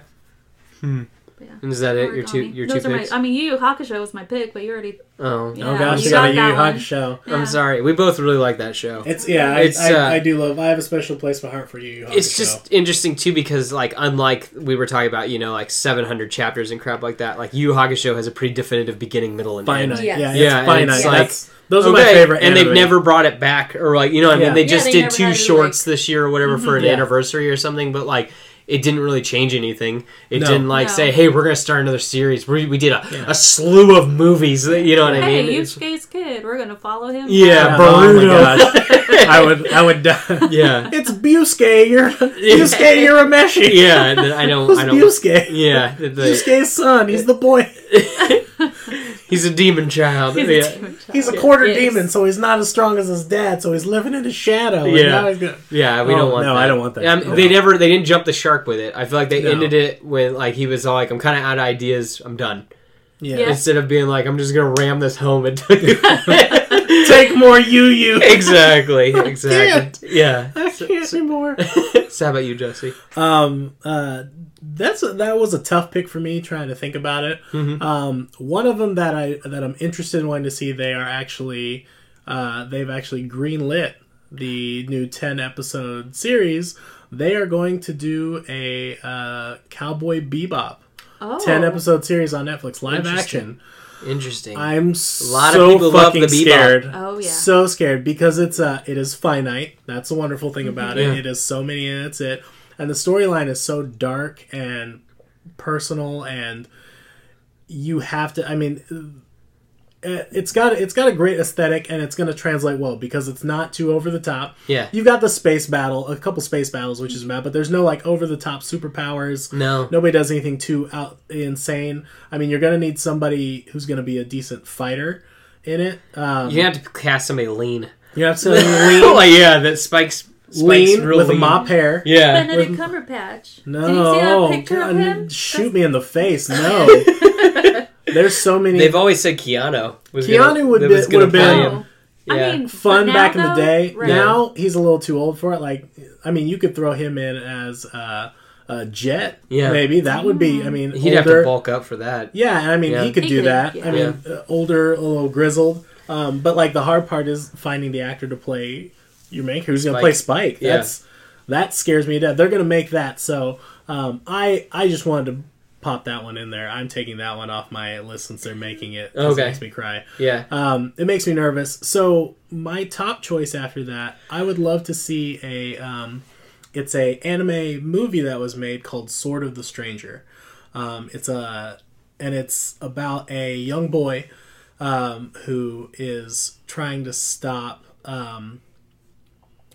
Speaker 3: Hmm.
Speaker 4: Yeah.
Speaker 3: Is that it? Your two,
Speaker 4: Origami.
Speaker 3: your two
Speaker 4: Those are my-
Speaker 3: picks.
Speaker 4: I mean, Yu Yu Hakusho was my pick, but you already.
Speaker 3: oh,
Speaker 4: Yeah,
Speaker 2: oh gosh
Speaker 4: you
Speaker 2: i got a yu
Speaker 4: got that
Speaker 2: hawk
Speaker 4: one.
Speaker 2: show
Speaker 4: Yeah.
Speaker 3: I'm sorry. We both really like that show.
Speaker 2: it's yeah I,
Speaker 3: It's,
Speaker 2: I,
Speaker 3: uh,
Speaker 2: I do love i have a special place in my heart for you
Speaker 3: it's just interesting too because like unlike we were talking about you know like 700 chapters and crap like that like Yu Yu Hakusho has a pretty definitive beginning middle and
Speaker 2: finite
Speaker 3: end
Speaker 4: Yes.
Speaker 2: yeah,
Speaker 3: Yeah,
Speaker 2: it's
Speaker 3: and
Speaker 2: finite
Speaker 3: it's like-
Speaker 2: That's, those are my
Speaker 3: Okay,
Speaker 2: favorite
Speaker 3: and they've
Speaker 2: anime.
Speaker 3: never brought it back or like you know what I
Speaker 2: Yeah.
Speaker 3: mean they
Speaker 2: Yeah,
Speaker 3: just
Speaker 4: they
Speaker 3: did
Speaker 4: never
Speaker 3: two
Speaker 4: had any,
Speaker 3: shorts this year or whatever for an
Speaker 2: Yeah.
Speaker 3: anniversary or something but like it didn't really change anything. It
Speaker 2: No.
Speaker 3: didn't like
Speaker 4: No.
Speaker 3: say, "Hey, we're gonna start another series." We, we did a, a slew of movies. that- You know what I
Speaker 4: Hey,
Speaker 3: mean? It's-
Speaker 4: Yusuke's kid. We're gonna follow him.
Speaker 3: yeah,
Speaker 2: oh my
Speaker 3: Boruto.
Speaker 2: gosh. i would i would die
Speaker 3: yeah,
Speaker 2: it's Busuke. You're Busuke Urameshi.
Speaker 3: yeah. th- I don't.
Speaker 2: Who's
Speaker 3: I don't.
Speaker 2: Busuke?
Speaker 3: Yeah, th- th-
Speaker 2: Busuke's son. He's the boy.
Speaker 3: he's a demon child.
Speaker 4: He's
Speaker 3: yeah.
Speaker 4: a demon child.
Speaker 2: He's a quarter
Speaker 4: Yes.
Speaker 2: demon, so he's not as strong as his dad. So he's living in his shadow. and
Speaker 3: Yeah.
Speaker 2: now he's gonna-
Speaker 3: Yeah, we
Speaker 2: Oh,
Speaker 3: don't want
Speaker 2: no,
Speaker 3: that.
Speaker 2: I don't want that.
Speaker 3: Um,
Speaker 2: No.
Speaker 3: They never, they didn't jump the shark with it. I feel like they
Speaker 2: No.
Speaker 3: ended it when like he was all like, "I'm kind of out of ideas. I'm done."
Speaker 2: yeah.
Speaker 4: Yeah.
Speaker 3: Instead of being like, "I'm just gonna ram this home until you."
Speaker 2: Take more, you you.
Speaker 3: exactly, exactly. Yeah.
Speaker 2: I can't anymore.
Speaker 3: So how about you, Jesse?
Speaker 2: Um, uh, that's a, that was a tough pick for me trying to think about it. Um, one of them that I that I'm interested in wanting to see, they are actually uh, they've actually greenlit the new ten episode series. They are going to do a uh, Cowboy Bebop
Speaker 4: Oh.
Speaker 2: ten episode series on Netflix, live
Speaker 3: Interesting.
Speaker 2: action.
Speaker 3: Interesting.
Speaker 2: I'm
Speaker 3: lot of
Speaker 2: so
Speaker 3: people love
Speaker 2: fucking
Speaker 3: the Bebop.
Speaker 2: scared.
Speaker 4: Oh, yeah.
Speaker 2: so scared because it's uh it is finite. That's the wonderful thing about
Speaker 3: Yeah.
Speaker 2: it. It is so many and that's it. And the storyline is so dark and personal, and you have to. I mean, uh, it's got it's got a great aesthetic, and it's going to translate well because it's not too over the top.
Speaker 3: yeah.
Speaker 2: You've got the space battle, a couple space battles, which is mad, but there's no like over the top superpowers.
Speaker 3: No.
Speaker 2: Nobody does anything too out insane. I mean, you're gonna need somebody who's gonna be a decent fighter in it. Um,
Speaker 3: You have to cast somebody lean.
Speaker 2: you have to lean,
Speaker 3: like yeah, that spikes. spikes
Speaker 2: lean
Speaker 3: real
Speaker 2: with a
Speaker 3: lean.
Speaker 2: mop hair.
Speaker 3: Yeah.
Speaker 4: Benedict Cumberbatch.
Speaker 2: No,
Speaker 4: Did you see that picture
Speaker 2: God,
Speaker 4: of
Speaker 3: uh,
Speaker 4: him?
Speaker 2: shoot me in the face. No, there's so many.
Speaker 3: They've always said Keanu was
Speaker 2: Keanu
Speaker 3: gonna,
Speaker 2: would
Speaker 3: that
Speaker 2: be-
Speaker 3: was gonna
Speaker 2: would've been-
Speaker 3: play
Speaker 4: Oh.
Speaker 3: him.
Speaker 4: I
Speaker 3: Yeah.
Speaker 4: mean,
Speaker 2: fun
Speaker 4: but now,
Speaker 2: back in the
Speaker 4: though-
Speaker 2: day.
Speaker 4: Right.
Speaker 2: Now he's a little too old for it. Like, I mean, you could throw him in as uh, a Jet.
Speaker 3: Yeah.
Speaker 2: maybe that would be. I mean,
Speaker 3: He'd have
Speaker 2: older.
Speaker 3: to bulk up for that.
Speaker 2: Yeah, and I mean,
Speaker 3: Yeah.
Speaker 2: he could
Speaker 4: He
Speaker 2: do
Speaker 4: could,
Speaker 2: that.
Speaker 4: yeah.
Speaker 2: I mean, uh, older, a little grizzled. Um, but like the hard part is finding the actor to play your main who's going to
Speaker 3: Spike.
Speaker 2: play Spike.
Speaker 3: Yeah.
Speaker 2: That's that scares me to death. They're going to make that. So um, I I just wanted to pop that one in there. I'm taking that one off my list since they're making it. 'cause
Speaker 3: Okay.
Speaker 2: It makes me cry.
Speaker 3: Yeah.
Speaker 2: Um, it makes me nervous. So my top choice after that, I would love to see a. Um, it's a anime movie that was made called Sword of the Stranger. Um, it's a and it's about a young boy um, who is trying to stop um,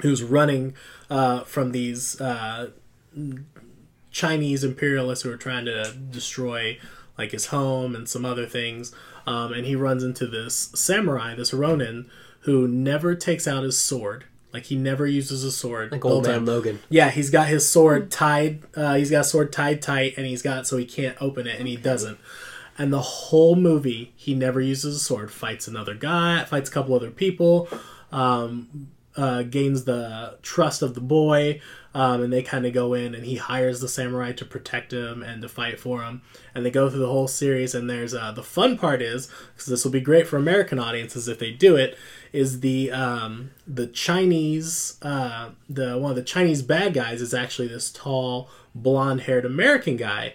Speaker 2: who's running uh, from these uh, Chinese imperialists who are trying to destroy like his home and some other things. Um, and he runs into this samurai, this Ronin, who never takes out his sword. Like he never uses a sword.
Speaker 3: Like old
Speaker 2: the whole
Speaker 3: man Logan.
Speaker 2: Yeah, he's got his sword tied. Uh, he's got his sword tied tight, and he's got so he can't open it, and he doesn't. And the whole movie, he never uses a sword. Fights another guy. Fights a couple other people uh, gains the trust of the boy, um, and they kind of go in, and he hires the samurai to protect him and to fight for him. And they go through the whole series, and there's uh, the fun part is because this will be great for American audiences if they do it, is the um, the Chinese uh, the one of the Chinese bad guys is actually this tall, blonde haired American guy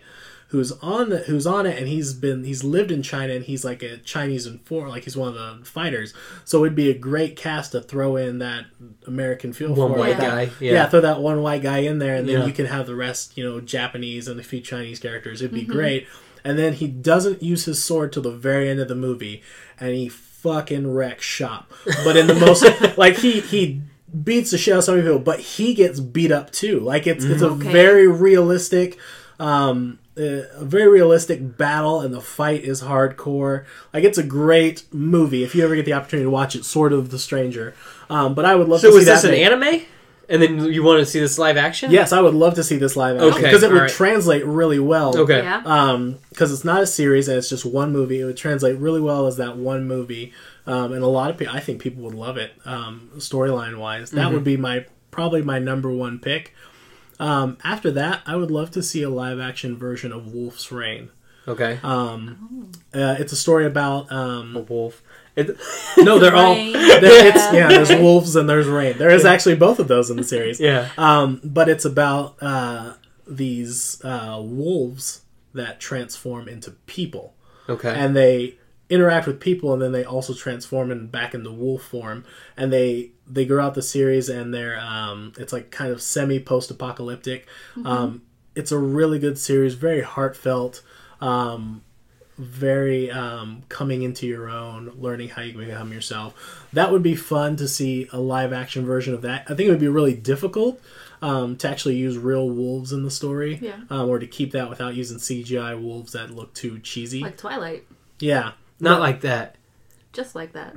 Speaker 2: who's on the, who's on it and he's been he's lived in China and he's like a Chinese enfor like he's one of the fighters. So it'd be a great cast to throw in that American feel
Speaker 3: One
Speaker 2: for it.
Speaker 3: white
Speaker 2: That-
Speaker 3: guy, yeah.
Speaker 2: Yeah. throw that one white guy in there and then
Speaker 3: Yeah.
Speaker 2: you can have the rest, you know, Japanese and a few Chinese characters. It'd be great. And then he doesn't use his sword till the very end of the movie and he fucking wrecks shop. But in the most like he he beats the shit out of some people, but he gets beat up too. Like it's it's a
Speaker 4: Okay.
Speaker 2: very realistic um, uh, a very realistic battle, and the fight is hardcore. Like it's a great movie if you ever get the opportunity to watch it. Sort of the Stranger, um, but I would love
Speaker 3: So
Speaker 2: to see
Speaker 3: was this
Speaker 2: that
Speaker 3: an
Speaker 2: thing.
Speaker 3: anime? And then you want to see this live action?
Speaker 2: Yes, I would love to see this live action
Speaker 3: Okay,
Speaker 2: because it would
Speaker 3: alright.
Speaker 2: translate really well.
Speaker 3: Okay.
Speaker 4: Yeah.
Speaker 2: Um, because it's not a series and it's just one movie, it would translate really well as that one movie. Um, and a lot of people, I think people would love it. Um, storyline wise,
Speaker 3: Mm-hmm.
Speaker 2: that would be my probably my number one pick. Um, after that, I would love to see a live action version of Wolf's Reign.
Speaker 3: Okay.
Speaker 2: Uh, it's a story about um,
Speaker 3: a wolf. It,
Speaker 2: no, they're all
Speaker 4: Rain.
Speaker 2: they're- it's, yeah. There's wolves and there's rain. There is actually both of those in the series.
Speaker 3: yeah.
Speaker 2: Um, but it's about uh, these uh, wolves that transform into people,
Speaker 3: Okay.
Speaker 2: and they interact with people, and then they also transform and back into wolf form, and they they grow out the series, and they're um, it's like kind of semi post apocalyptic. Um, it's a really good series, very heartfelt. Um, very um, coming into your own, learning how you can become yourself. That would be fun to see a live action version of that. I think it would be really difficult um, to actually use real wolves in the story,
Speaker 4: Yeah.
Speaker 2: um, or to keep that without using CGI wolves that look too cheesy.
Speaker 4: like Twilight,
Speaker 2: yeah,
Speaker 3: Not like that.
Speaker 4: just like that.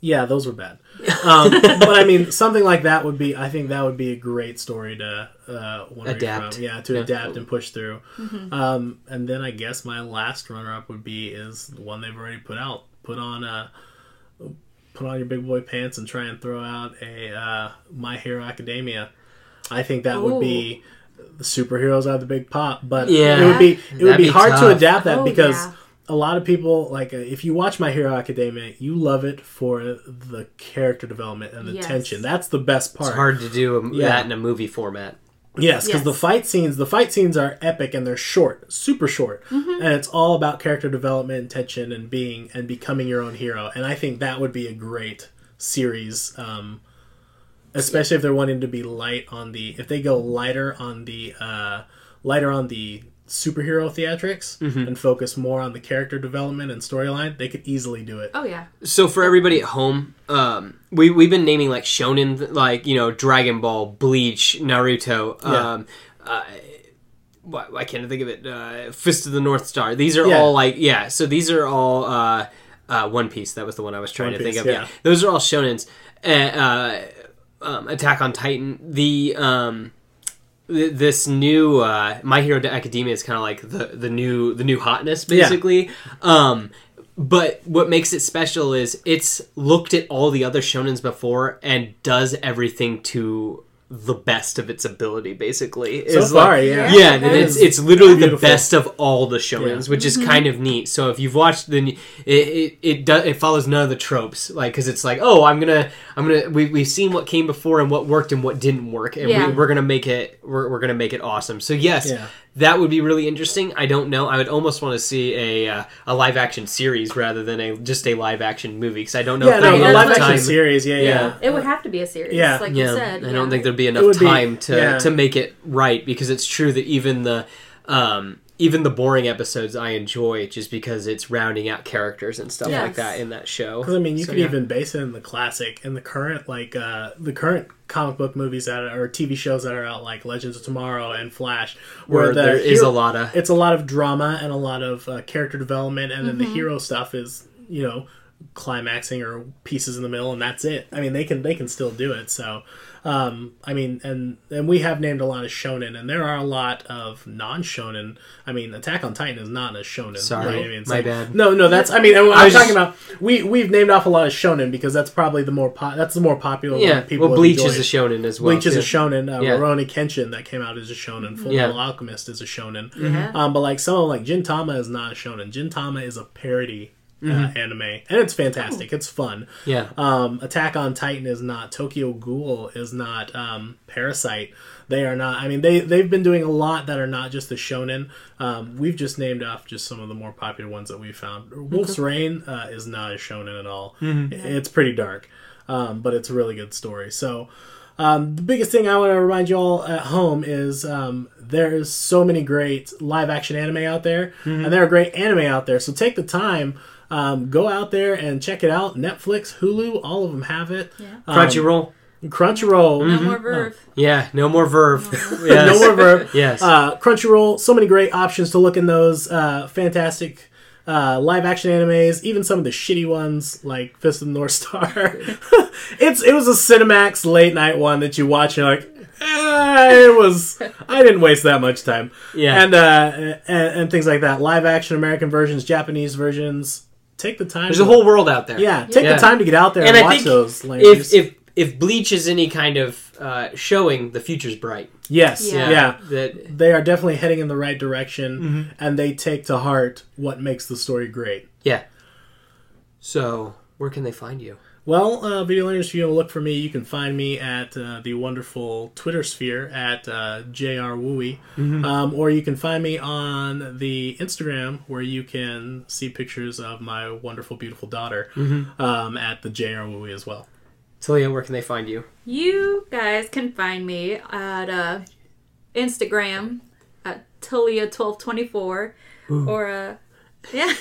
Speaker 2: yeah, those were bad. Um, but I mean, something like that would be. I think that would be a great story to uh, wanna read
Speaker 3: Adapt.
Speaker 2: From. Yeah, to
Speaker 3: Yeah.
Speaker 2: adapt and push through.
Speaker 4: Mm-hmm.
Speaker 2: Um, and then I guess my last runner-up would be is the one they've already put out. Put on uh, put on your big boy pants and try and throw out a uh, My Hero Academia. I think that would be the superheroes out of the big pop, but
Speaker 3: Yeah.
Speaker 2: it would be it would
Speaker 3: That'd
Speaker 2: be,
Speaker 3: be
Speaker 2: hard to
Speaker 3: tough.
Speaker 2: adapt that
Speaker 4: Oh,
Speaker 2: because
Speaker 4: yeah.
Speaker 2: a lot of people like uh, if you watch My Hero Academia, you love it for the character development and the
Speaker 4: Yes.
Speaker 2: tension. That's the best part.
Speaker 3: It's hard to do a,
Speaker 2: Yeah.
Speaker 3: that in a movie format.
Speaker 2: Yes, because
Speaker 4: Yes.
Speaker 2: the fight scenes, the fight scenes are epic and they're short, super short,
Speaker 4: Mm-hmm.
Speaker 2: and it's all about character development, and tension, and being and becoming your own hero. And I think that would be a great series, um, especially if they're wanting to be light on the if they go lighter on the uh, lighter on the superhero theatrics
Speaker 3: Mm-hmm.
Speaker 2: and focus more on the character development and storyline. They could easily do it.
Speaker 4: Oh yeah,
Speaker 3: So for everybody at home, um, we we've been naming like shonen, like you know Dragon Ball, Bleach, Naruto.
Speaker 2: Yeah.
Speaker 3: Um, uh, why, why can't I think of it? Uh, Fist of the North Star. These are
Speaker 2: Yeah.
Speaker 3: all like yeah. So these are all uh, uh, One Piece. That was the one I was trying
Speaker 2: One
Speaker 3: to
Speaker 2: Piece,
Speaker 3: think of. Yeah.
Speaker 2: yeah.
Speaker 3: those are all shonens. Uh, uh, um, Attack on Titan. The um, th- this new uh, My Hero Academia is kind of like the the new the new hotness basically. Um, but what makes it special is it's looked at all the other shonens before and does everything to the best of its ability. Basically,
Speaker 2: So
Speaker 3: Is
Speaker 2: far,
Speaker 3: like-
Speaker 2: yeah.
Speaker 3: yeah, and
Speaker 4: That
Speaker 3: it's
Speaker 2: is
Speaker 3: it's literally the
Speaker 2: beautiful.
Speaker 3: best of all the shonens, which is kind of neat. So if you've watched, then it it it, does, it follows none of the tropes, like because it's like, oh, I'm gonna I'm gonna we we've seen what came before and what worked and what didn't work, and
Speaker 4: Yeah.
Speaker 3: we, we're gonna make it we're, we're gonna make it awesome. So yes,
Speaker 2: Yeah.
Speaker 3: That would be really interesting. I don't know. I would almost want to see a uh, a live action series rather than a just a live action movie because I don't know
Speaker 2: yeah,
Speaker 3: if they
Speaker 2: no,
Speaker 3: would
Speaker 2: the
Speaker 3: have
Speaker 2: live
Speaker 4: that's
Speaker 2: action
Speaker 3: time.
Speaker 2: series. Yeah, yeah.
Speaker 3: Yeah.
Speaker 4: It would have to be a series,
Speaker 2: Yeah.
Speaker 4: like
Speaker 3: yeah,
Speaker 4: you said.
Speaker 3: I
Speaker 4: yeah.
Speaker 3: don't think there'd be
Speaker 2: would
Speaker 3: enough
Speaker 2: be-
Speaker 3: time to
Speaker 2: yeah.
Speaker 3: to make it right because it's true that even the um, even the boring episodes I enjoy just because it's rounding out characters and stuff like
Speaker 4: Yes.
Speaker 3: that in that show.
Speaker 2: 'Cause, I mean, you
Speaker 3: So,
Speaker 2: could
Speaker 3: yeah.
Speaker 2: even base it in the classic and the current, like uh, the current comic book movies that are, or TV shows that are out, like Legends of Tomorrow and Flash,
Speaker 3: where
Speaker 2: the
Speaker 3: there is
Speaker 2: hero-
Speaker 3: a lot of
Speaker 2: It's a lot of drama and a lot of uh, character development, and then the hero stuff is you know climaxing or pieces in the middle, and that's it. I mean, they can they can still do it. So, um, I mean, and and we have named a lot of shonen, and there are a lot of non shonen. I mean, Attack on Titan is not a shonen.
Speaker 3: Sorry,
Speaker 2: right? I mean, it's
Speaker 3: my
Speaker 2: like-
Speaker 3: bad.
Speaker 2: No, no, that's I mean, I'm, I'm
Speaker 3: was
Speaker 2: talking
Speaker 3: just-
Speaker 2: about we we've named off a lot of shonen because that's probably the more po- that's the more popular. one
Speaker 3: yeah.
Speaker 2: people
Speaker 3: Well, Bleach
Speaker 2: enjoy.
Speaker 3: is a shonen as well.
Speaker 2: Bleach is a
Speaker 3: too.
Speaker 2: shonen. Uh,
Speaker 3: Yeah.
Speaker 2: Rurouni Kenshin that came out is a shonen. Full
Speaker 3: Yeah.
Speaker 2: Metal Alchemist is a shonen.
Speaker 4: Yeah.
Speaker 2: Um, but like some of like Gintama is not a shonen. Gintama is a parody
Speaker 3: Mm-hmm.
Speaker 2: uh, anime, and it's fantastic. It's fun.
Speaker 3: Yeah.
Speaker 2: Um, Attack on Titan is not. Tokyo Ghoul is not. Um, Parasite. They are not. I mean, they they've been doing a lot that are not just the shonen. Um, we've just named off just some of the more popular ones that we found. Wolf's Rain uh, is not a shonen at all. It's pretty dark, um, but it's a really good story. So. Um, the biggest thing I want to remind you all at home is um, there is so many great live action anime out there, and there are great anime out there. So take the time, um, go out there and check it out. Netflix, Hulu, all of them have it.
Speaker 4: Yeah.
Speaker 3: Crunchyroll.
Speaker 2: Um, Crunchyroll,
Speaker 4: No
Speaker 3: Mm-hmm.
Speaker 4: more verve.
Speaker 3: Yeah, no more verve.
Speaker 2: no
Speaker 3: yes.
Speaker 2: more verb.
Speaker 3: Yes.
Speaker 2: Uh, Crunchyroll, so many great options to look in those uh, fantastic uh, live action animes, even some of the shitty ones like Fist of the North Star. it's it was a Cinemax late night one that you watch and you're like, eh, it was I didn't waste that much time.
Speaker 3: Yeah.
Speaker 2: and, uh, and and things like that. Live action American versions, Japanese versions. Take the time.
Speaker 3: There's
Speaker 2: to-
Speaker 3: a whole world out there.
Speaker 2: yeah. Take
Speaker 3: Yeah.
Speaker 2: the time to get out there and,
Speaker 3: And I
Speaker 2: watch
Speaker 3: think
Speaker 2: those.
Speaker 3: If
Speaker 2: ladies.
Speaker 3: if if Bleach is any kind of uh, showing, the future's bright.
Speaker 2: yes,
Speaker 4: Yeah.
Speaker 2: yeah.
Speaker 3: That
Speaker 2: they are definitely heading in the right direction and they take to heart what makes the story great.
Speaker 3: yeah. So where can they find you?
Speaker 2: Well, uh, video learners, if you want to look for me, you can find me at uh, the wonderful Twitter sphere at uh, jrwooey, um, or you can find me on the Instagram where you can see pictures of my wonderful, beautiful daughter um, at the jrwooey as well.
Speaker 3: Talia, where can they find you?
Speaker 4: You guys can find me at uh, Instagram at Talia1224 or uh, yeah, or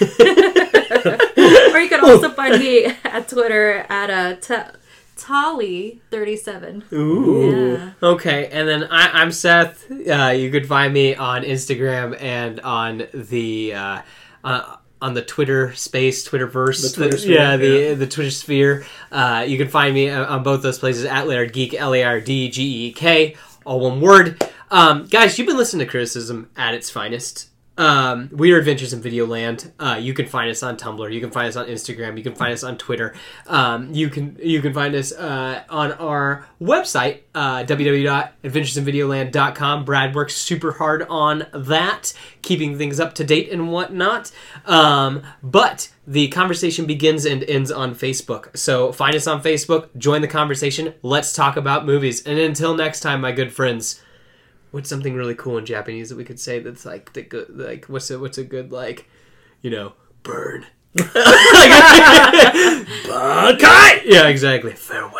Speaker 4: you can also find me at Twitter at uh, ta- Tolly37.
Speaker 3: Ooh.
Speaker 4: Yeah.
Speaker 3: Okay, and then I, I'm Seth. Uh, you could find me on Instagram and on the uh, uh, on the Twitter space, Twitterverse.
Speaker 2: The Twitter sphere,
Speaker 3: yeah, the
Speaker 2: yeah.
Speaker 3: the Twitter sphere. Uh, you can find me uh, on both those places at Laird Geek, L A R D G E K, all one word. Um, guys, you've been listening to criticism at its finest. Um, we are Adventures in Video Land. Uh, you can find us on Tumblr. You can find us on Instagram. You can find us on Twitter. Um, you can you can find us uh, on our website uh, www.adventuresinvideoland.com. Brad works super hard on that, keeping things up to date and whatnot. Um, but the conversation begins and ends on Facebook. So find us on Facebook. Join the conversation. Let's talk about movies. And until next time, my good friends. What's something really cool in Japanese that we could say that's like the good like what's a what's a good like you know burn. Okay. Yeah, exactly. Farewell.